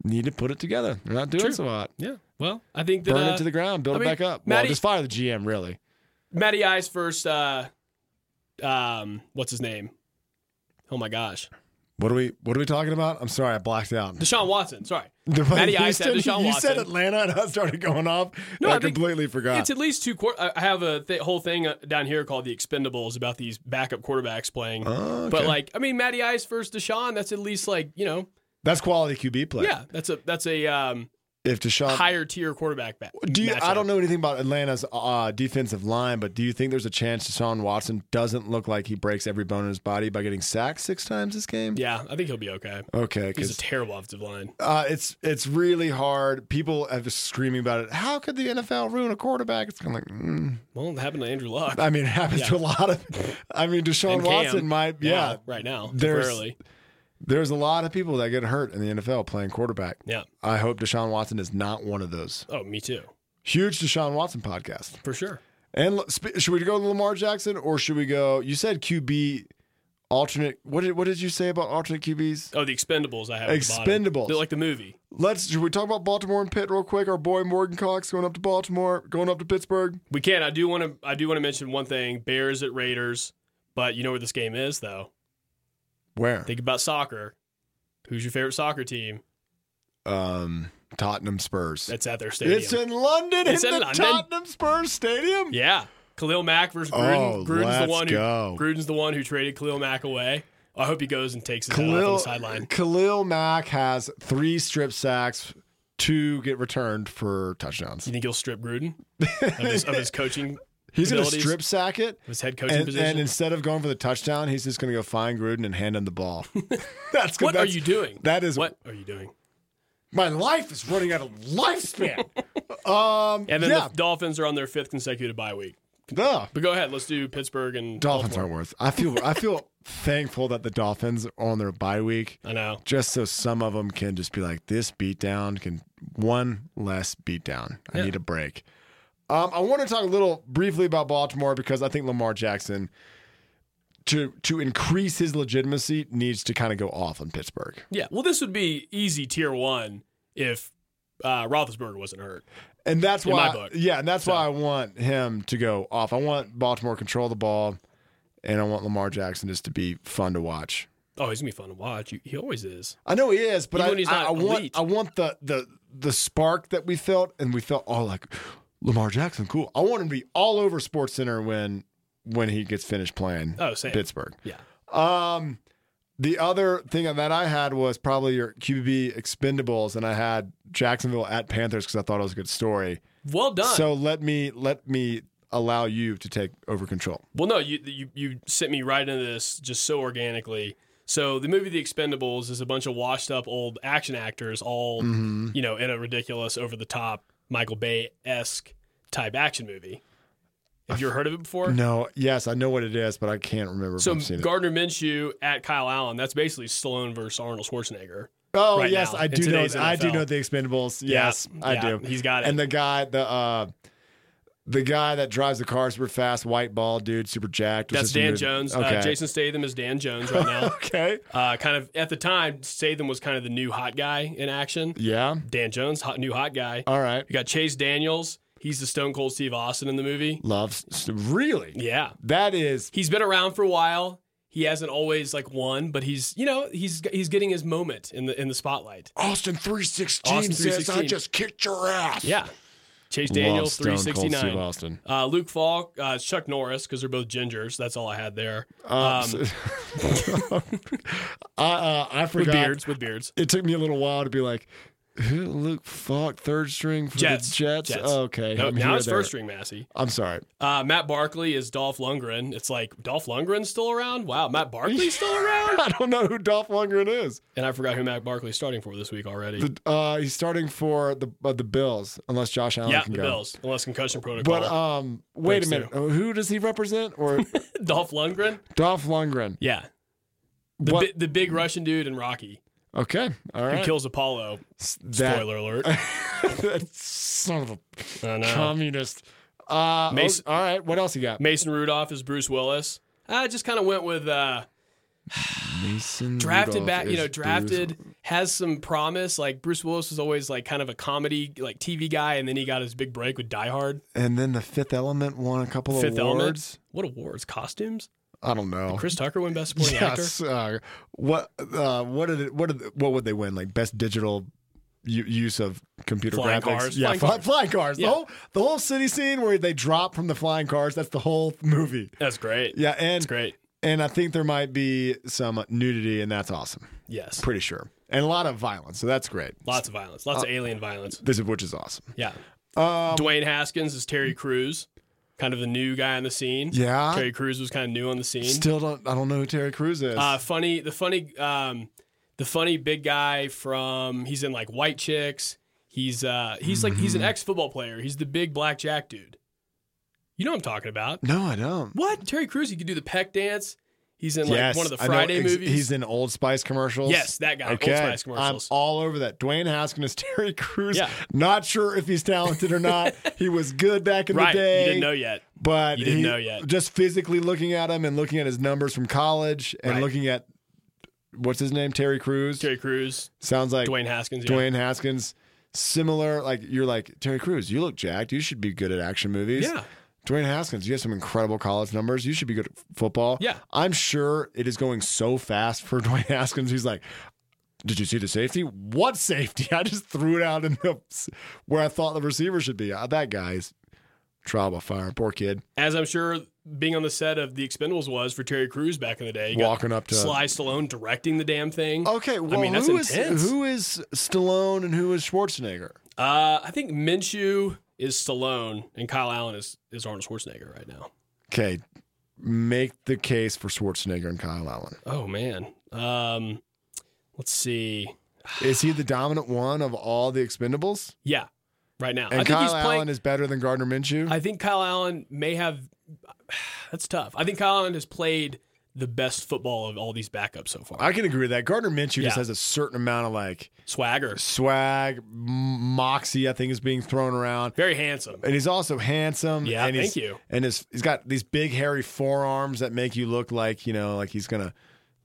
C: need to put it together. They're not doing
B: True.
C: so hot.
B: Yeah. Well, I think that
C: Burn
B: uh,
C: it to the ground,
B: I
C: build it
B: mean,
C: back up. well,
B: Matty-
C: just fire the GM, really.
B: Matty Ice first. Uh, um, what's his name? Oh my gosh,
C: What are we? What are we talking about? I'm sorry, I blacked out.
B: Deshaun Watson. Sorry,
C: The-
B: Matty
C: you
B: Ice had
C: said-
B: Deshaun
C: You
B: Watson.
C: said Atlanta, and I started going off.
B: No,
C: and I,
B: I think
C: completely forgot.
B: It's at least two. Quor- I I have a th- whole thing uh, down here called the Expendables about these backup quarterbacks playing.
C: Oh,
B: But
C: okay.
B: like, I mean, Matty Ice versus Deshaun. That's at least like you know,
C: That's quality QB play.
B: yeah, that's a that's a um,
C: If Deshaun,
B: higher tier quarterback. Ba-
C: do you, I
B: matchup.
C: don't know anything about Atlanta's uh, defensive line, but do you think there's a chance Deshaun Watson doesn't look like he breaks every bone in his body by getting sacked six times this game?
B: Yeah, I think he'll be okay.
C: Okay,
B: He's a
C: because
B: terrible offensive line.
C: uh, it's it's really hard. People have been screaming about it. How could the NFL ruin a quarterback? It's kind of like, mm.
B: Well, it happened to Andrew Luck.
C: I mean, it happens
B: Yeah.
C: to a lot of. I mean, Deshaun
B: And Cam.
C: Watson might. Yeah,
B: Yeah, right now,
C: There's-
B: temporarily.
C: there's a lot of people that get hurt in the NFL playing quarterback.
B: Yeah.
C: I hope Deshaun Watson is not one of those.
B: Oh, me too,
C: Huge Deshaun Watson podcast.
B: for sure.
C: And l- sp- should we go to Lamar Jackson or should we go? You said QB alternate. What did what did you say about alternate QBs?
B: Oh, the Expendables. I have at the bottom.
C: Expendables.
B: They're like the movie.
C: Let's should we talk about Baltimore and Pitt real quick? Our boy Morgan Cox going up to Baltimore, going up to Pittsburgh.
B: We can. I do want to. I do want to mention one thing: Bears at Raiders. But you know where this game is, though.
C: Where?
B: Think about soccer. Who's your favorite soccer team?
C: um, Tottenham Spurs.
B: That's at their stadium.
C: It's in London
B: It's
C: in,
B: in
C: the
B: London.
C: Tottenham Spurs Stadium.
B: yeah, Khalil Mack versus Gruden.
C: Oh,
B: Gruden's the
C: let's
B: one
C: go.
B: who Gruden's the one who traded Khalil Mack away. I hope he goes and takes his head off on the
C: Khalil
B: sideline.
C: Khalil Mack has three strip sacks, two get returned for touchdowns.
B: You think he'll strip Gruden of his, of his coaching?
C: He's going to
B: abilities,
C: strip sack it.
B: of his head coaching
C: And,
B: position.
C: and instead of going for the touchdown, he's just going to go find Gruden and hand him the ball. that's good.
B: what are
C: that's-
B: you doing?
C: That is
B: what are you doing?
C: My life is running out of lifespan. Um,
B: And then
C: yeah.
B: the Dolphins are on their fifth consecutive bye week.
C: Duh.
B: But go ahead, let's do Pittsburgh and
C: Dolphins
B: Baltimore.
C: aren't worth. I feel. I feel thankful that the Dolphins are on their bye week,
B: I know.
C: just so some of them can just be like, this beatdown can one less beatdown. I need a break. Um, I want to talk a little briefly about Baltimore because I think Lamar Jackson, to to increase his legitimacy, needs to kind of go off on Pittsburgh.
B: Yeah. Well, this would be easy tier one if uh, Roethlisberger wasn't hurt.
C: And that's
B: In
C: why,
B: my book.
C: yeah, and that's why I want him to go off. I want Baltimore to control the ball, and I want Lamar Jackson just to be fun to watch.
B: Oh, he's gonna be fun to watch. You- He always is.
C: I know he is, but
B: Even
C: I,
B: when he's
C: I,
B: not
C: I want,
B: elite.
C: I want the the the spark that we felt, and we felt all like Lamar Jackson, cool. I want him to be all over Sports Center when when he gets finished playing
B: Oh, same.
C: Pittsburgh.
B: Yeah.
C: Um, the other thing that I had was probably your QB expendables, and I had Jacksonville at Panthers because I thought it was a good story.
B: Well done.
C: So let me let me allow you to take over control.
B: well, no, you, you you sent me right into this just so organically. So the movie The Expendables is a bunch of washed up old action actors, all
C: Mm-hmm.
B: you know, in a ridiculous, over the top Michael Bay esque type action movie. Have you ever heard of it before?
C: No, yes, I know what it is, but I can't remember.
B: So
C: if I've seen it.
B: Gardner Minshew at Kyle Allen. That's basically Stallone versus Arnold Schwarzenegger.
C: Oh
B: right
C: yes,
B: now
C: I
B: in
C: do know.
B: today's
C: I do
B: NFL.
C: know the Expendables.
B: Yeah,
C: Yes, I
B: yeah,
C: do.
B: he's got it.
C: And the guy, the uh, the guy that drives the car super fast, white bald dude, super jacked. was
B: That's
C: just in the
B: Dan
C: movie.
B: Jones.
C: Okay.
B: Uh, Jason Statham is Dan Jones right now.
C: Okay.
B: uh, kind of at the time, Statham was kind of the new hot guy in action.
C: Yeah.
B: Dan Jones, hot new hot guy.
C: All right.
B: You got Chase Daniels. He's the Stone Cold Steve Austin in the movie.
C: Loves really.
B: Yeah,
C: That is
B: he's been around for a while. He hasn't always like won, but he's you know he's he's getting his moment in the in the spotlight.
C: Austin three sixteen
B: Austin
C: says I
B: 316.
C: just kicked your ass.
B: Yeah. Chase Daniel,
C: Love Stone Cold Steve
B: 369.
C: Austin.
B: Uh, Luke Falk, uh, Chuck Norris, because they're both gingers. That's all I had there.
C: Um,
B: Um,
C: I, uh, I
B: with
C: forgot.
B: beards, with beards.
C: It took me a little while to be like, who Luke Falk, third string for
B: Jets.
C: the Jets. Oh,
B: Jets.
C: Okay,
B: No,
C: I'm
B: now
C: here
B: it's
C: there.
B: first string Massey.
C: I'm sorry.
B: Uh, Matt Barkley is Dolph Lundgren. It's like Dolph Lundgren's still around. Wow, Matt Barkley's still around.
C: I don't know who Dolph Lundgren is.
B: And I forgot who Matt Barkley's starting for this week already.
C: The, uh, he's starting for the uh, the Bills, unless Josh Allen
B: yeah,
C: can
B: the
C: go.
B: Bills, unless concussion protocol.
C: But um, wait
B: Breaks
C: a minute. Who does he represent? Or
B: Dolph Lundgren.
C: Dolph Lundgren?
B: Yeah, the
C: What-
B: bi- the big Russian dude in Rocky
C: Okay, all
B: who
C: right.
B: kills Apollo.
C: That-
B: Spoiler alert.
C: that son of a
B: I know.
C: communist. Uh,
B: Mace-
C: oh, all right, what else you got?
B: Mason Rudolph is Bruce Willis. I just kind of went with uh,
C: Mason
B: drafted back, you know, drafted has some promise. Like Bruce Willis was always like kind of a comedy, like TV guy, and then he got his big break with Die Hard.
C: and then the Fifth Element won a couple
B: Fifth
C: awards.
B: Element. What awards? Costumes.
C: I don't know.
B: Chris Tucker won Best Supporting
C: yes. Uh, what? Uh, what did? It, what did? What would they win? Like best digital u- use of computer
B: Flying
C: graphics?
B: cars.
C: Yeah,
B: Flying
C: fly-
B: cars.
C: flying cars.
B: Yeah.
C: The whole the whole city scene where they drop from the flying cars. That's the whole movie.
B: Actor. That's great.
C: Yeah, and
B: That's great.
C: and I think there might be some nudity, and that's awesome.
B: Yes.
C: Pretty sure, and a lot of violence. So that's great.
B: Lots of violence. Lots of alien violence.
C: This is which is awesome.
B: Yeah.
C: Uh, Um,
B: Dwayne Haskins is Terry Crews, kind of the new guy on the scene.
C: yeah.
B: Terry Crews was kind of new on the scene.
C: Still don't. I don't know who Terry Crews is.
B: Uh, funny, the funny, um, the funny big guy from he's in like White Chicks. He's uh, he's like
C: Mm-hmm.
B: he's an ex football player. He's the big blackjack dude. You know what I'm talking about?
C: no, I don't.
B: What Terry Crews? He could do the peck dance. He's in like one of the
C: I know
B: Friday
C: ex-
B: movies.
C: He's in Old Spice commercials.
B: Yes, that guy, Old
C: Okay.
B: Spice commercials.
C: I'm all over that. Dwayne Haskins, Terry Crews.
B: Yeah.
C: Not sure if he's talented or not. he was good back in
B: right.
C: the day.
B: You didn't know yet.
C: But
B: You didn't
C: he-
B: know yet.
C: Just physically looking at him and looking at his numbers from college and
B: Right.
C: looking at what's his name, Terry Crews.
B: Terry Crews,
C: Sounds like
B: Dwayne Haskins. Yeah.
C: Dwayne Haskins. Similar, like you're like Terry Crews. You look jacked. You should be good at action movies.
B: Yeah.
C: Dwayne Haskins, you have some incredible college numbers. You should be good at f- football.
B: Yeah.
C: I'm sure it is going so fast for Dwayne Haskins. He's like, Did you see the safety? What safety? I just threw it out in the where I thought the receiver should be. Uh, that guy's trial by fire. Poor kid.
B: As I'm sure being on the set of The Expendables was for Terry Crews back in the day. You got
C: Walking up to Oh,
B: Sly Stallone directing the damn thing.
C: Okay, well,
B: mean, that's
C: who is-
B: intense.
C: who is Stallone and who is Schwarzenegger?
B: Uh, I think Minshew is Stallone and Kyle Allen is, is Arnold Schwarzenegger right now.
C: Okay, make the case for Schwarzenegger and Kyle Allen.
B: Oh man. Um, let's see.
C: Is he the dominant one of all the Expendables?
B: Yeah, right now. I think
C: And Kyle
B: he's playing.
C: Allen is better than Gardner Minshew.
B: I think Kyle Allen may have. That's tough. I think Kyle Allen has played the best football of all these backups so far.
C: I can agree with that. Gardner Minshew
B: Yeah.
C: just has a certain amount of like
B: Swagger,
C: swag, m- moxie. I think is being thrown around,
B: very handsome.
C: and he's also handsome.
B: Yeah,
C: and he's-
B: thank you.
C: And his, he's got these big hairy forearms that make you look like you know, like he's gonna,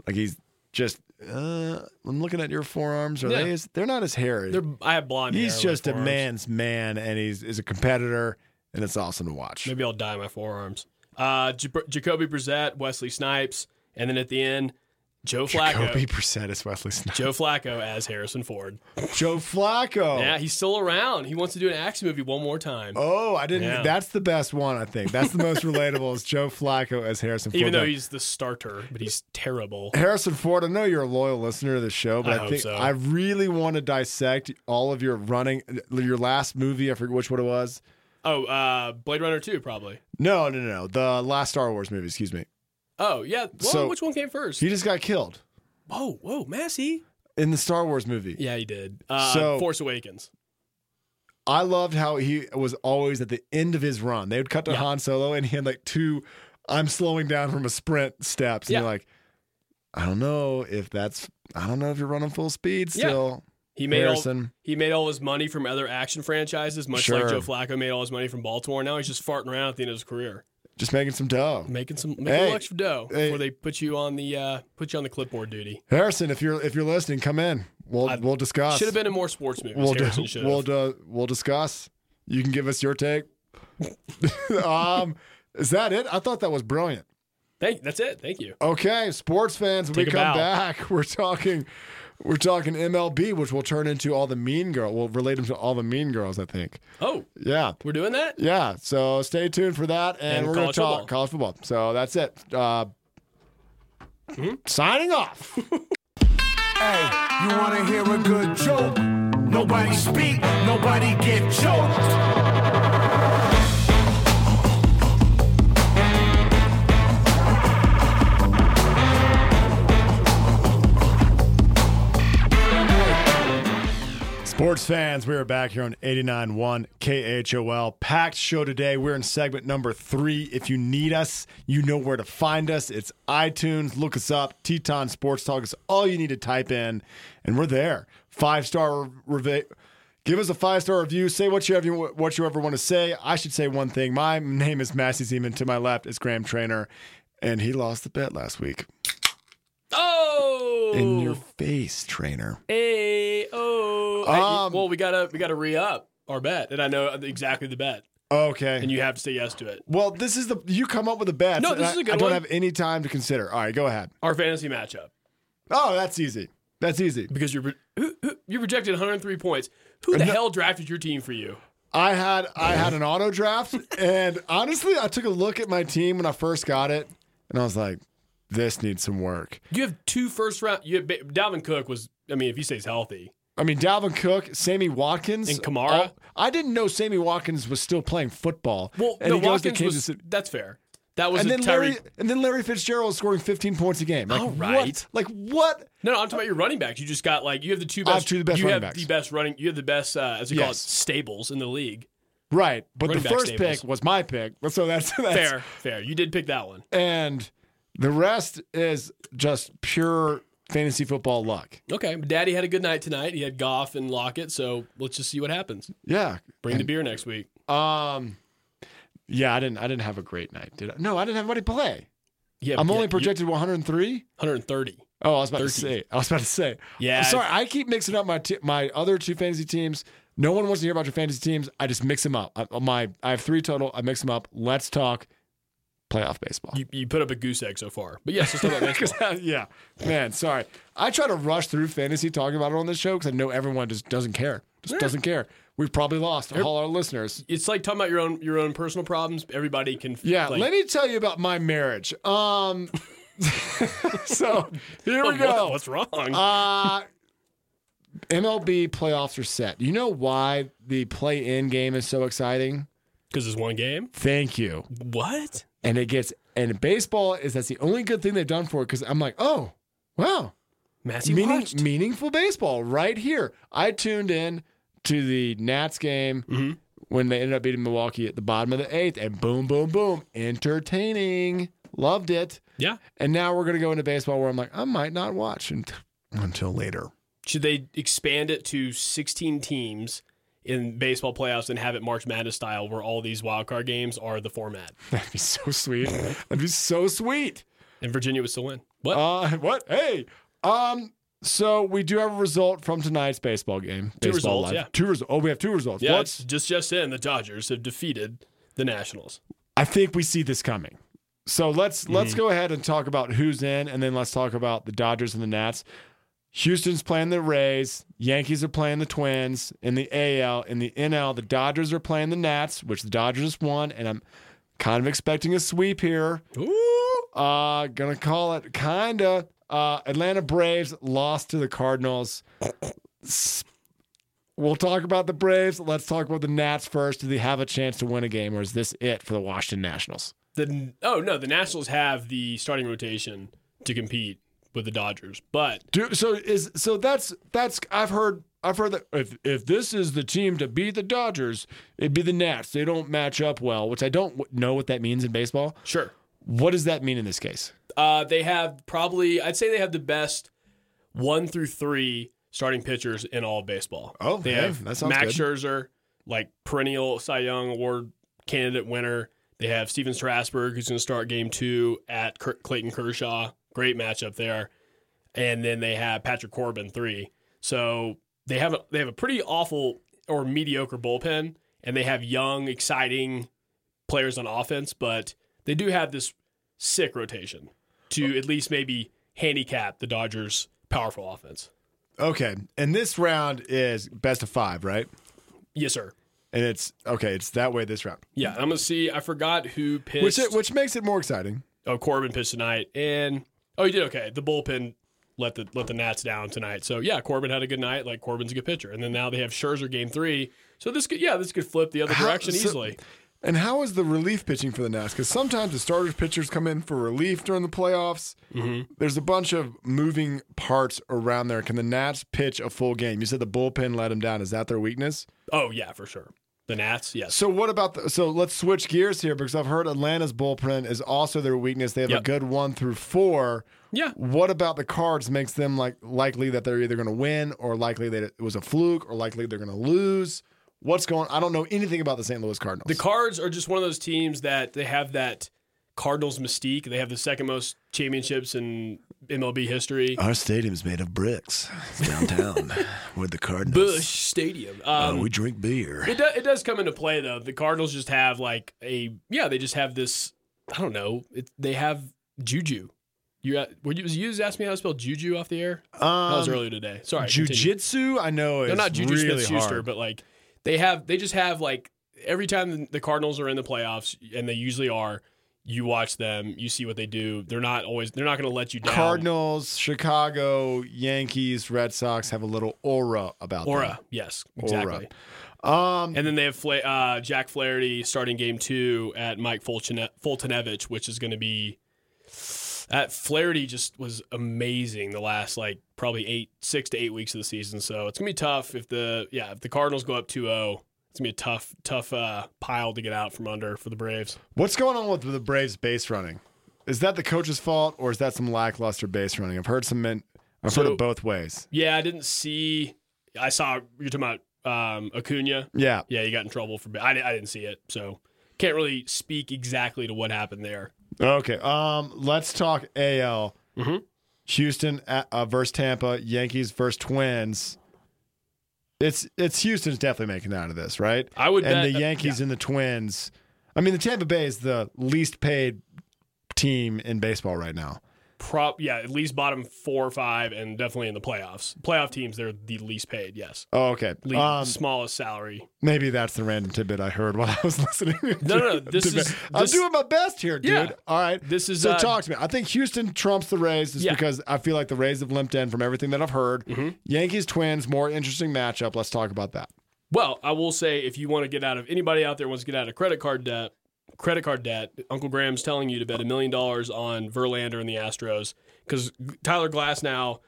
C: like he's just. Uh, I'm looking at your forearms. Are
B: Yeah.
C: they? As, they're not as hairy.
B: They're, I have blonde. hair
C: he's
B: on my
C: just a
B: forearms.
C: man's man, and he's is a competitor, and it's awesome to watch.
B: Maybe I'll dye my forearms. Uh, J- Jacoby Brissett, Wesley Snipes, and then at the end, Joe Flacco.
C: Jacoby Brissett is Wesley Snipes.
B: Joe Flacco as Harrison Ford.
C: Joe Flacco.
B: Yeah, he's still around. He wants to do an action movie one more time.
C: Oh, I didn't.
B: Yeah.
C: That's the best one, I think. That's the most relatable. Is Joe Flacco as Harrison Ford?
B: Even
C: Now,
B: though he's the starter, but he's terrible.
C: Harrison Ford, I know you're a loyal listener to the show, but
B: I
C: I,
B: hope
C: think
B: so.
C: I really want to dissect all of your running, your last movie. I forget which one it was.
B: Oh, uh, Blade Runner 2, probably.
C: No, no, no, no. The last Star Wars movie. Excuse me.
B: Oh, yeah. Well,
C: So-
B: which one came first?
C: He just got killed
B: whoa, whoa, Massey.
C: in the Star Wars movie.
B: Yeah, he did. Uh,
C: So-
B: Force Awakens.
C: I loved how he was always at the end of his run. They would cut to
B: Yeah.
C: Han Solo, and he had like two. I'm slowing down from a sprint steps, and
B: Yeah.
C: you're like, I don't know if that's. I don't know if you're running full speed
B: Yeah.
C: still.
B: He made all
C: Harrison.
B: he made all his money from other action franchises, much like
C: Sure.
B: Joe Flacco made all his money from Baltimore. Now he's just farting around at the end of his career,
C: Just making some dough.
B: making some making a
C: Hey,
B: little extra dough
C: hey.
B: before they put you on the uh, put you on the clipboard duty.
C: Harrison, if you're if you're listening, come in. We'll
B: I-
C: we'll discuss.
B: Should have been in more sports movies.
C: We'll
B: Harrison
C: do,
B: should have.
C: we'll do, we'll discuss. You can give us your take. um, is that it? I thought that was brilliant.
B: Thank, that's it. Thank you.
C: Okay, sports fans, when
B: Take
C: we
B: a
C: come
B: bow.
C: back, we're talking We're talking MLB, which will turn into all the mean girl. We'll relate them to all the mean girls, I think.
B: Oh,
C: Yeah.
B: we're doing that?
C: Yeah. So stay tuned for that. And,
B: And
C: we're going to
B: college
C: talk
B: football.
C: college football. So that's it. Uh,
B: Mm-hmm.
C: Signing off.
E: Hey, you wanna hear a good joke? Nobody speak, nobody get choked.
C: Sports fans, we are back here on 89.1 KHOL. Packed show today. We're in segment number three. If you need us, you know where to find us. It's iTunes. Look us up. Teton Sports Talk is all you need to type in, and we're there. Five star review. Give us a five star review. Say what you ever what you ever want to say. I should say one thing. My name is Massey Zeman. To my left is Graham Trainer, and he lost the bet last week.
B: Oh,
C: In your face, Trainer.
B: hey, oh. Hey,
C: Um,
B: well, we gotta we gotta re up our bet, and I know exactly the bet,
C: Okay.
B: and you have to say yes to it.
C: Well, this is the you come up with a bet.
B: No,
C: and
B: this
C: I,
B: is a good
C: I don't
B: one.
C: have any time to consider. All right, go ahead.
B: Our fantasy matchup
C: Oh, that's easy. That's easy.
B: because you're who, who, you projected 103 points. Who the hell drafted your team for you?
C: I had I had an auto draft, and honestly, I took a look at my team when I first got it, and I was like, "This needs some work."
B: You have two first round. You have, Ba- Dalvin Cook was. I mean, if he stays healthy,
C: I mean, Dalvin Cook, Sammy Watkins,
B: And Kamara?
C: all- I didn't know Sammy Watkins was still playing football.
B: well,
C: and
B: no,
C: he goes to
B: Watkins
C: Kansas
B: was.
C: City.
B: That's fair. That was
C: And
B: a
C: then
B: Tyree.
C: Larry, and then Larry Fitzgerald scoring 15 points a game. Like,
B: All
C: what?
B: right.
C: Like what?
B: No, no, I'm talking about your running backs. You just got like you have the two
C: I have
B: best.
C: two of the best
B: you
C: running
B: have
C: backs.
B: the best running. You have the best uh, as they call it
C: Yes.
B: stables in the league.
C: Right. But
B: Running
C: the
B: back
C: first
B: stables.
C: pick was my pick, so that's, that's
B: Fair, fair. You did pick that one.
C: and the rest is just pure fantasy football luck.
B: Okay, but Daddy had a good night tonight. He had Goff and Lockett, so let's just see what happens.
C: Yeah.
B: Bring the beer next week.
C: Um. Yeah, I didn't. I didn't have a great night, did I? No, I didn't have anybody play.
B: Yeah,
C: I'm
B: yeah,
C: only
B: you-
C: projected 103.
B: 130.
C: Oh, I was about to
B: 13.
C: say. I was about to say.
B: Yeah,
C: I'm sorry, I keep mixing up my t- my other two fantasy teams. No one wants to hear about your fantasy teams. I just mix them up. I, my I have three total. I mix them up. Let's talk playoff baseball.
B: You, you put up a goose egg so far, but yes, let's talk about baseball.
C: yeah, man. Sorry, I try to rush through fantasy talking about it on this show because I know everyone just doesn't care. Just doesn't care. We've probably lost all our listeners.
B: It's like talking about your own your own personal problems. Everybody can.
C: Yeah,
B: like,
C: let me tell you about my marriage. Um, so here we
B: what-
C: go.
B: What's wrong?
C: Uh, MLB playoffs are set. You know why the play-in game is so exciting?
B: Because it's one game.
C: Thank you.
B: What?
C: and it gets and baseball is that's the only good thing they've done for it because I'm like, oh wow,
B: Massey
C: Meaning-
B: watched.
C: meaningful baseball right here. I tuned in to the Nats game
B: Mm-hmm.
C: when they ended up beating Milwaukee at the bottom of the eighth, and boom, boom, boom, entertaining. Loved it.
B: Yeah.
C: And now we're gonna go into baseball where I'm like, I might not watch unt- until later.
B: Should they expand it to 16 teams in baseball playoffs and have it March Madness style, where all these wild card games are the format,
C: That'd be so sweet. That'd be so sweet.
B: and Virginia would still win? What?
C: Uh, what? Hey, um. So we do have a result from tonight's baseball game.
B: Two
C: Baseball
B: results, yeah.
C: Two results. Oh, we have two results.
B: yeah, it's
C: What's-
B: just just in, the Dodgers have defeated the Nationals.
C: I think we see this coming. So let's let's go ahead and talk about who's in, and then let's talk about the Dodgers and the Nats. Houston's playing the Rays. Yankees are playing the Twins in the AL. In the NL, the Dodgers are playing the Nats, which the Dodgers won, and I'm kind of expecting a sweep here.
B: Ooh.
C: Uh, gonna call it kinda. Uh, Atlanta Braves lost to the Cardinals. S- We'll talk about the Braves. Let's talk about the Nats first. Do they have a chance to win a game, or is this it for the Washington Nationals?
B: The oh no, the Nationals have the starting rotation to compete with the Dodgers, but
C: Do, so is so that's that's I've heard I've heard that if if this is the team to beat the Dodgers, it'd be the Nats. They don't match up well, which I don't w- know what that means in baseball.
B: sure.
C: What does that mean in this case?
B: Uh, they have probably, I'd say they have the best one through three starting pitchers in all of baseball.
C: Oh,
B: they
C: hey,
B: have
C: that sounds
B: Max
C: good.
B: Scherzer, like perennial Cy Young Award candidate winner. They have Steven Strasburg, who's going to start game two at Ker- Clayton Kershaw. Great matchup there. And then they have Patrick Corbin three. So they have a, they have a pretty awful or mediocre bullpen, and they have young, exciting players on offense, but they do have this sick rotation to at least maybe handicap the Dodgers' powerful offense.
C: Okay. And this round is best of five, right?
B: Yes, sir.
C: And it's okay. It's that way this round,
B: Yeah, I'm gonna see. I forgot who pitched.
C: which it, which makes it more exciting.
B: oh, Corbin pitched tonight, and oh, he did okay. The bullpen let the let the Nats down tonight. So yeah, Corbin had a good night. Like Corbin's a good pitcher, and then now they have Scherzer game three. So this could yeah, this could flip the other
C: How-
B: direction
C: so-
B: easily.
C: And how is the relief pitching for the Nats? Because sometimes the starters pitchers come in for relief during the playoffs. There's a bunch of moving parts around there. Can the Nats pitch a full game? You said the bullpen let them down. Is that their weakness?
B: Oh yeah, for sure. The Nats, yes.
C: So what about the, so? Let's switch gears here because I've heard Atlanta's bullpen is also their weakness. They have a
B: Yep.
C: good one through four.
B: Yeah.
C: What about the Cards makes them like likely that they're either going to win or likely that it was a fluke or likely they're going to lose? What's going? I don't know anything about the St. Louis Cardinals.
B: The Cards are just one of those teams that they have that Cardinals mystique. They have the second most championships in MLB history.
C: Oh,
E: Our stadium's made of bricks. It's downtown with the Cardinals.
B: Bush Stadium.
C: Uh,
B: Um,
E: we drink beer.
B: It, do, it does come into play though. The Cardinals just have like a yeah. They just have this. I don't know. It, they have juju. You a- were you, was you just asking me how to spell juju off the air? that was
C: Um,
B: earlier today. Sorry. continue.
C: Jujitsu, I know is
B: They're not juju
C: really
B: Smith Schuster,
C: hard.
B: but like they have. They just have like every time the Cardinals are in the playoffs, and they usually are. You watch them. You see what they do. They're not always. They're not going to let you down.
C: Cardinals, Chicago, Yankees, Red Sox have a little aura about
B: Aura. Yes. Exactly.
C: them. Um,
B: And then they have Fla- uh, Jack Flaherty starting game two at Mike Fulton- Fultonevich, which is going to be. At Flaherty just was amazing the last like probably eight six to eight weeks of the season, so it's gonna be tough if the yeah if the Cardinals go up 2-0, it's gonna be a tough tough uh, pile to get out from under for the Braves.
C: what's going on with the Braves base running? Is that the coach's fault or is that some lackluster base running? I've heard some men. I've heard
B: So-
C: it both ways.
B: Yeah, I didn't see. I saw you're talking about um, Acuna.
C: Yeah.
B: Yeah, he got in trouble for. I, di- I didn't see it, so can't really speak exactly to what happened there.
C: Okay. Um, let's talk AL.
B: Mhm.
C: Houston at, uh, versus Tampa, Yankees versus Twins. It's it's Houston's definitely making out of this, right?
B: I would
C: and
B: bet-
C: the Yankees and the Twins. I mean, the Tampa Bay is the least paid team in baseball right now.
B: prop yeah at least bottom four or five and definitely in the playoffs playoff teams they're the least paid yes
C: Oh, okay.
B: Le-
C: Um,
B: smallest salary
C: maybe that's the random tidbit I heard while I was listening.
B: No, no, no, this
C: To-
B: is-
C: I'm
B: this-
C: doing my best here, dude.
B: Yeah.
C: All right.
B: This is,
C: so.
B: uh,
C: talk to me. I think Houston trumps the Rays just
B: Yeah. Mm-hmm.
C: because I feel like the Rays have limped in from everything that I've heard. Yankees Twins more interesting matchup. Let's talk about that.
B: well i will say if you want to get out of anybody out there wants to get out of credit card debt credit card debt uncle graham's telling you to bet a million dollars on verlander and the astros because tyler glass now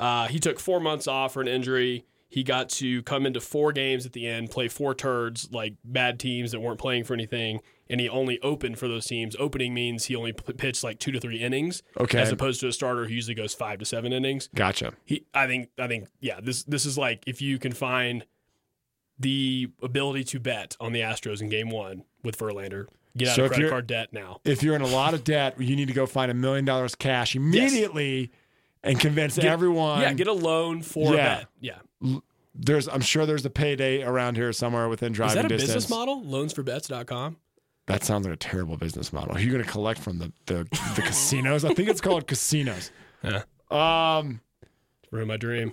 B: uh, he took four months off for an injury he got to come into four games at the end play four turds like bad teams that weren't playing for anything and he only opened for those teams opening means he only p- pitched like two to three innings
C: Okay.
B: as opposed to a starter who usually goes five to seven innings
C: Gotcha.
B: he i think i think yeah this this is like if you can find the ability to bet on the astros in game one with verlander get out
C: So
B: of
C: if
B: credit
C: you're-
B: card debt now
C: If you're in a lot of debt, you need to go find a million dollars cash immediately and convince everyone.
B: yeah get a loan for
C: Yeah.
B: that yeah
C: there's, I'm sure there's a payday around here somewhere within
B: is
C: driving
B: that a
C: distance.
B: business model loansforbets.com
C: That sounds like a terrible business model. Who are you going to collect from the the, the casinos? I think it's called casinos.
B: Yeah.
C: Um.
B: ruin my dream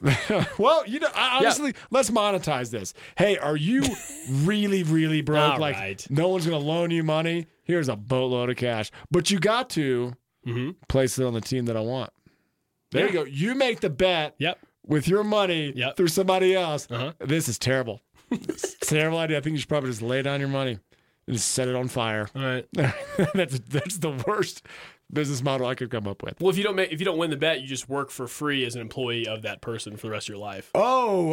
C: Well, you know,
B: Yeah.
C: I, honestly, let's monetize this. Hey, are you really, really broke?
B: All
C: like,
B: right.
C: no one's going to loan you money. Here's a boatload of cash, but you got to
B: Mhm.
C: place it on the team that I want. There you
B: Yeah.
C: go. You make the bet
B: yep
C: with your money
B: Yep.
C: through somebody else.
B: Uh-huh.
C: This is terrible. It's a terrible idea. I think you should probably just lay down your money and just set it on fire.
B: all right Uh-huh.
C: that's that's the worst business model I could come up with.
B: well if you don't make if you don't win the bet you just work for free as an employee of that person for the rest of your life
C: Oh,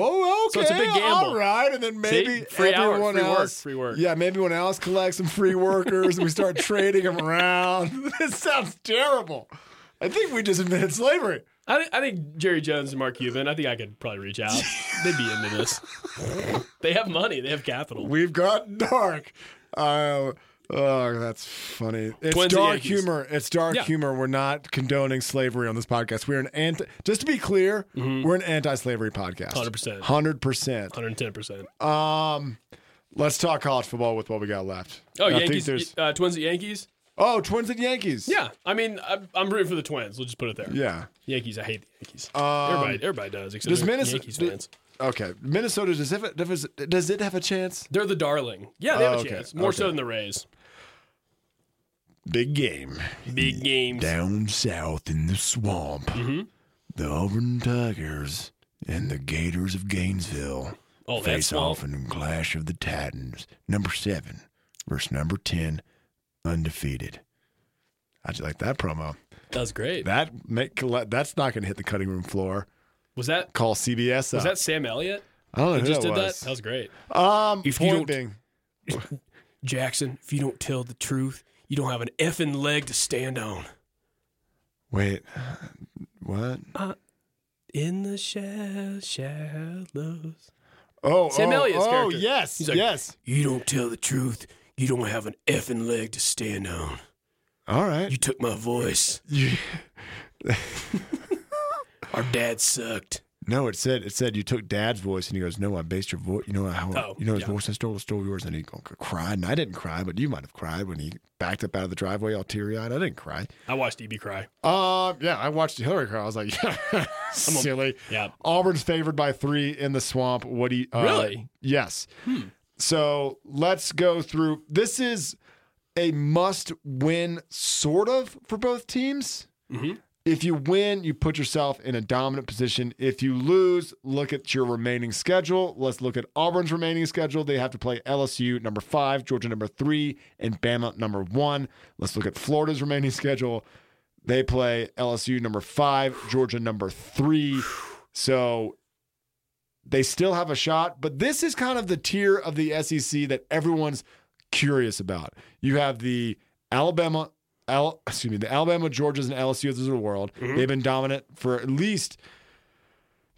C: oh, okay.
B: So it's a big gamble.
C: All right, and then maybe
B: Free hour,
C: everyone
B: free work,
C: else,
B: free work.
C: Yeah, maybe one else collects some free workers, and we start trading them around. This sounds terrible. I think we just invented slavery.
B: I, thi- I think Jerry Jones and Mark Cuban. I think I could probably reach out. They'd be into this. they have money. They have capital.
C: We've got dark. Uh, oh, that's funny. It's
B: Twins and
C: dark
B: Yankees.
C: humor. It's dark
B: Yeah.
C: humor. We're not condoning slavery on this podcast. We're an anti. Just to be clear,
B: Mm-hmm.
C: we're an anti-slavery podcast.
B: 100%.
C: Hundred percent.
B: One hundred ten percent.
C: Um, let's talk college football with what we got left.
B: Oh,
C: I think
B: Yankees.
C: there's-
B: Uh, Twins at Yankees.
C: Oh, Twins and Yankees.
B: Yeah, I mean, I'm, I'm rooting for the Twins. We'll just put it there.
C: Yeah.
B: Yankees, I hate the Yankees.
C: Um,
B: everybody, everybody does, except
C: does
B: for
C: Minnes-
B: Yankees
C: do-
B: fans.
C: Okay. Minnesota, does it, does it- does it have a chance?
B: They're the darling. Yeah, they have
C: Oh,
B: a
C: okay,
B: chance. More so
C: okay.
B: than the Rays.
C: Big game.
B: Big games. Mm-hmm.
E: Down south in the swamp, the Auburn Tigers and the Gators of Gainesville
B: Oh, that's
E: face
B: small.
E: off in a clash of the Titans. Number seven versus number ten, undefeated.
C: How'd you like that promo?
B: That was great.
C: That make that's not going to hit the cutting room floor.
B: Was that
C: Call CBS.
B: was
C: up.
B: that Sam Elliott?
C: I don't know
B: Who
C: who
B: just
C: that
B: did
C: was.
B: that? That was great.
C: Um,
B: If you
C: point
B: don't-
C: being,
B: Jackson, if you don't tell the truth, you don't have an effing leg to stand on.
C: wait, what?
B: In the sha- shallows.
C: Oh,
B: Sam
C: oh,
B: Elliott's
C: oh,
B: character.
C: yes,
B: He's like-
C: yes.
B: You don't tell the truth, you don't have an effing leg to stand on.
C: All right.
B: You took my voice.
C: You-
B: Our dad sucked.
C: no, it said it said you took Dad's voice, and he goes, "No, I based your voice. You know how?
B: Oh,
C: you know his
B: yeah.
C: voice. I stole, stole yours." And he gonna cry, and I didn't cry, but you might have cried when he backed up out of the driveway, all teary eyed. I didn't cry.
B: I watched EB cry.
C: Um, yeah, I watched Hillary cry. I was like, yeah, silly.
B: Yeah.
C: Auburn's favored by three in the swamp. What do you uh,
B: Really?
C: Yes. So let's go through. This is a must win, sort of, for both teams.
B: Mhm.
C: If you win, you put yourself in a dominant position. If you lose, look at your remaining schedule. Let's look at Auburn's remaining schedule. They have to play LSU number five, Georgia number three, and Bama number one. Let's look at Florida's remaining schedule. They play LSU number five, Georgia number three. So they still have a shot, but this is kind of the tier of the SEC that everyone's curious about. You have the Alabama, Al, excuse me, the Alabama, Georgias, and LSU's of the world. They've been dominant for at least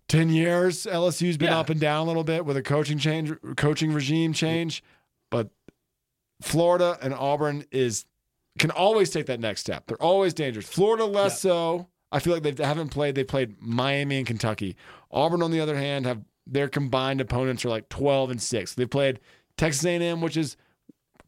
C: ten years. LSU's been
B: Yeah.
C: up and down a little bit with a coaching change, coaching regime change, but Florida and Auburn is can always take that next step. They're always dangerous. Florida less so. I feel like they haven't played. They played Miami and Kentucky. Auburn, on the other hand, have their combined opponents are like twelve and six. They played Texas A&M, which is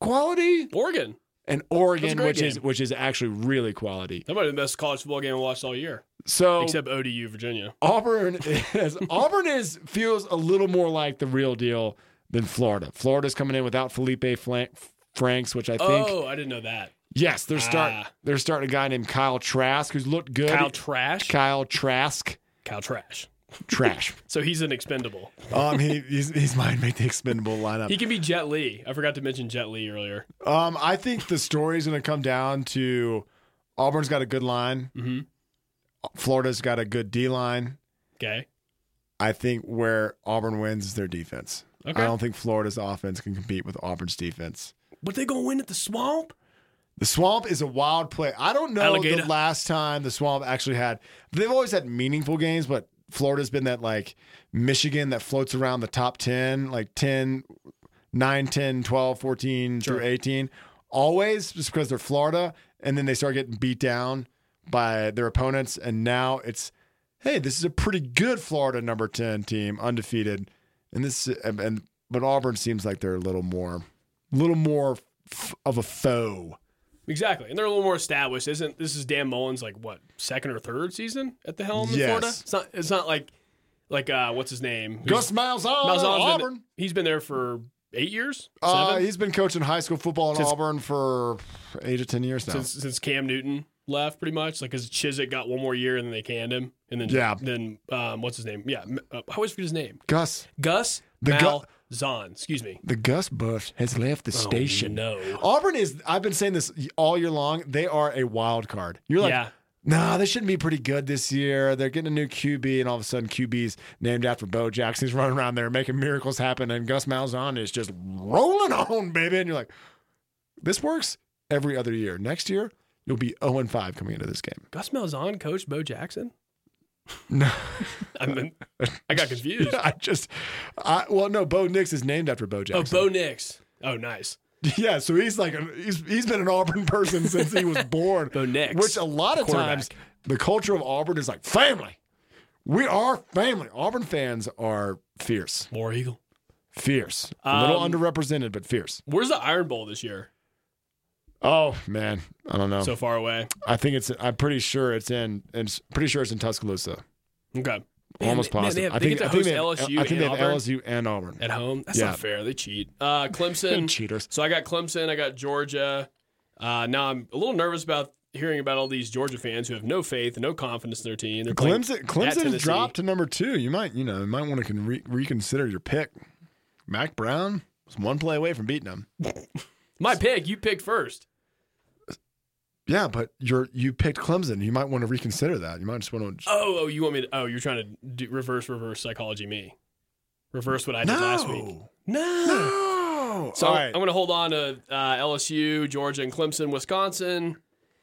C: quality,
B: Oregon.
C: and
B: That's a
C: Oregon,
B: great
C: which is
B: game.
C: which is actually really quality.
B: That might have been the best college football game I watched all year.
C: So
B: Except ODU, Virginia.
C: Auburn is Auburn is feels a little more like the real deal than Florida. Florida's coming in without Felipe Flan- Franks, which I think
B: Oh, I didn't know that.
C: yes, they're starting.
B: Ah.
C: They're starting a guy named Kyle Trask who's looked good.
B: Kyle Trash.
C: Kyle Trask.
B: Kyle Trash.
C: Trash.
B: So he's an expendable.
C: um, he, he's, he's mine made the expendable lineup.
B: He can be Jet Lee. I forgot to mention Jet Lee earlier.
C: Um, I think the story's going to come down to Auburn's got a good line.
B: Mhm.
C: Florida's got a good D line.
B: Okay.
C: I think where Auburn wins is their defense.
B: Okay.
C: I don't think Florida's offense can compete with Auburn's defense.
B: But they gonna win at the swamp?
C: The swamp is a wild play. I don't know
B: Alligator.
C: the last time the swamp actually had. They've always had meaningful games, but Florida's been that like Michigan that floats around the top 10, like 10, 9, 10, 12, 14 through 18. Always just because they're Florida. And then they start getting beat down by their opponents. And now it's, hey, this is a pretty good Florida number 10 team, undefeated. And this, and, and but Auburn seems like they're a little more, a little more f- of a foe.
B: Exactly. And they're a little more established. Isn't this is Dan Mullen's like what, second or third season at the helm in
C: Yes.
B: Florida? It's not it's not like like uh what's his name?
C: Gus Malzahn,
B: Malzahn's been-
C: Oh, Auburn.
B: he's been there for eight years?
C: Uh,
B: Seven?
C: he's been coaching high school football in
B: Since-
C: Auburn for eight or ten years now.
B: since since Cam Newton left, pretty much. Like, because Chiswick got one more year and then they canned him, and then
C: Yeah.
B: then um, what's his name? Yeah, m- uh, I always forget his name.
C: Gus,
B: Gus
C: The Gu-
B: Malzahn. Excuse me.
C: the Gus Bush has left the station.
B: Oh, no.
C: Auburn is. I've been saying this all year long. They are a wild card. You're like,
B: yeah.
C: nah, they shouldn't be pretty good this year. They're getting a new QB, and all of a sudden, QB's named after Bo Jackson. He's running around there making miracles happen, and Gus Malzahn is just rolling on, baby. And you're like, this works every other year. Next year, you'll be zero and five coming into this game.
B: Gus Malzahn coached Bo Jackson.
C: No.
B: I mean, I got confused.
C: I just, I well, no, Bo Nix is named after Bo
B: Oh,
C: Jackson.
B: Bo Nix. Oh, nice.
C: Yeah, so he's like, a, he's he's been an Auburn person since he was born.
B: Bo Nix,
C: which a lot of times the culture of Auburn is like family. We are family. Auburn fans are fierce,
B: War Eagle.
C: fierce, a little
B: Um,
C: underrepresented, but fierce.
B: Where's the Iron Bowl this year?
C: Oh man, I don't know.
B: so far away.
C: I think it's. I'm pretty sure it's in. And it's- pretty sure it's in Tuscaloosa.
B: Okay.
C: Almost
B: Man, they-
C: positive.
B: Man, they, have,
C: I
B: they get
C: think.
B: to
C: I
B: host
C: think they
B: LSU
C: have, I think
B: and
C: they have
B: Auburn
C: LSU and Auburn.
B: at home. That's
C: Yeah.
B: not fair. They cheat. Uh,
C: And
B: Clemson.
C: cheaters.
B: So I got Clemson. I got Georgia. Uh, now I'm a little nervous about hearing about all these Georgia fans who have no faith and no confidence in their team. They're playing
C: Clemson.
B: at
C: Clemson
B: Tennessee.
C: has dropped to number two. You might. You know. You might want to con- re- reconsider your pick. Mac Brown was one play away from beating them.
B: My pick. You picked first.
C: Yeah, but you're you picked Clemson. You might want to reconsider that. You might just want to.
B: Oh, oh, you want me to? Oh, you're trying to do, reverse, reverse psychology me. Reverse what I did last week.
C: no.
B: No.
C: No.
B: So
C: All
B: I'm-
C: right.
B: I'm going to hold on to uh, LSU, Georgia, and Clemson, Wisconsin.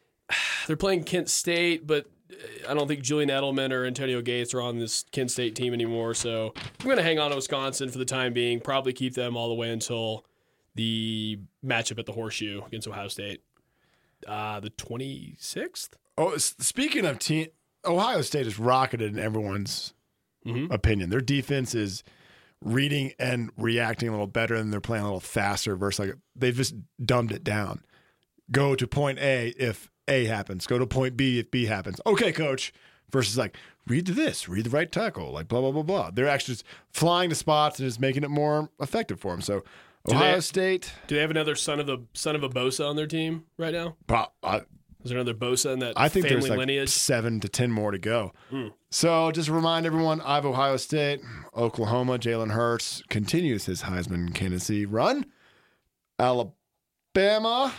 B: They're playing Kent State, but uh, I don't think Julian Edelman or Antonio Gates are on this Kent State team anymore. So I'm going to hang on to Wisconsin for the time being. Probably keep them all the way until the matchup at the Horseshoe against Ohio State, uh, the 26th.
C: Oh, s- speaking of team, Ohio State is rocketed in everyone's opinion. Their defense is reading and reacting a little better, and they're playing a little faster. Versus like they've just dumbed it down. Go to point A if A happens. Go to point B if B happens. Okay, coach. Versus like read to this, read the right tackle, like blah blah blah blah. They're actually just flying to spots and just making it more effective for them. So
B: they-
C: Ohio State,
B: Do they have another son of the son of a Bosa on their team right now?
C: Well, I,
B: Is there another Bosa in that
C: I think
B: family
C: there's like
B: lineage? Hmm.
C: seven to ten more to go. So just to remind everyone, I have Ohio State, Oklahoma. Jalen Hurts continues his Heisman candidacy run. Alabama.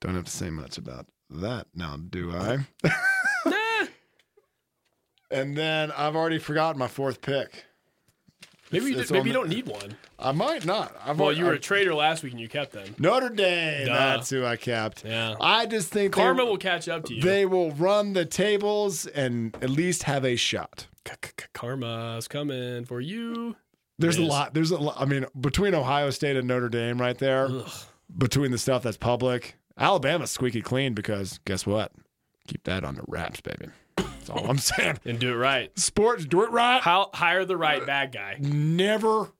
C: Don't have to say much about that now, do I? and then I've already forgotten my fourth pick.
B: Maybe you,
C: it's
B: did- maybe
C: on
B: you
C: the-
B: don't need one.
C: I might not. I've
B: Well,
C: already-
B: you were
C: I-
B: a trader last week and you kept them.
C: Notre Dame.
B: Duh.
C: That's who I kept.
B: Yeah.
C: I just think they-
B: Karma will catch up to you.
C: they will run the tables and at least have a shot.
B: Karma's coming for you.
C: There's a
B: Yes.
C: lot. There's a lot. I mean, between Ohio State and Notre Dame, right there, between the stuff that's public, Alabama's squeaky clean because guess what? Keep that under wraps, baby. That's all I'm saying.
B: And do it right.
C: Sports, do it right.
B: How hire the right bad guy.
C: Never,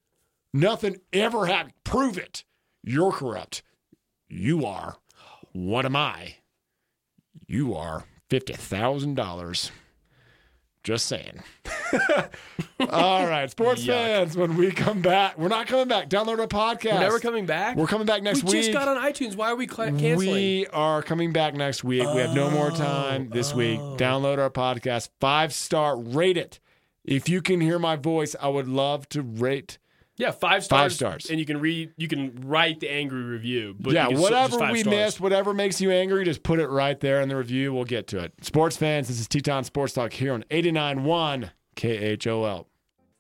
C: nothing ever happened. Prove it. You're corrupt. You are. What am I? You are $50,000. Just saying. All right, sports fans, when we come back, we're not coming back. Download our podcast.
B: We're never coming back.
C: We're coming
B: we
C: back next
B: just
C: week.
B: got on iTunes. Why are we cla- canceling? Oh,
C: We are coming back next week. we have no more time this week. Download our podcast, five star, rate it. If you can hear my voice, I would love to rate.
B: yeah, five stars.
C: stars.
B: And you can read. You can write the angry review. But
C: yeah,
B: you can still- just
C: whatever
B: five
C: we
B: stars.
C: missed, whatever makes you angry, just put it right there in the review. We'll get to it. Sports fans, this is Teton Sports Talk here on 89.1 KHOL.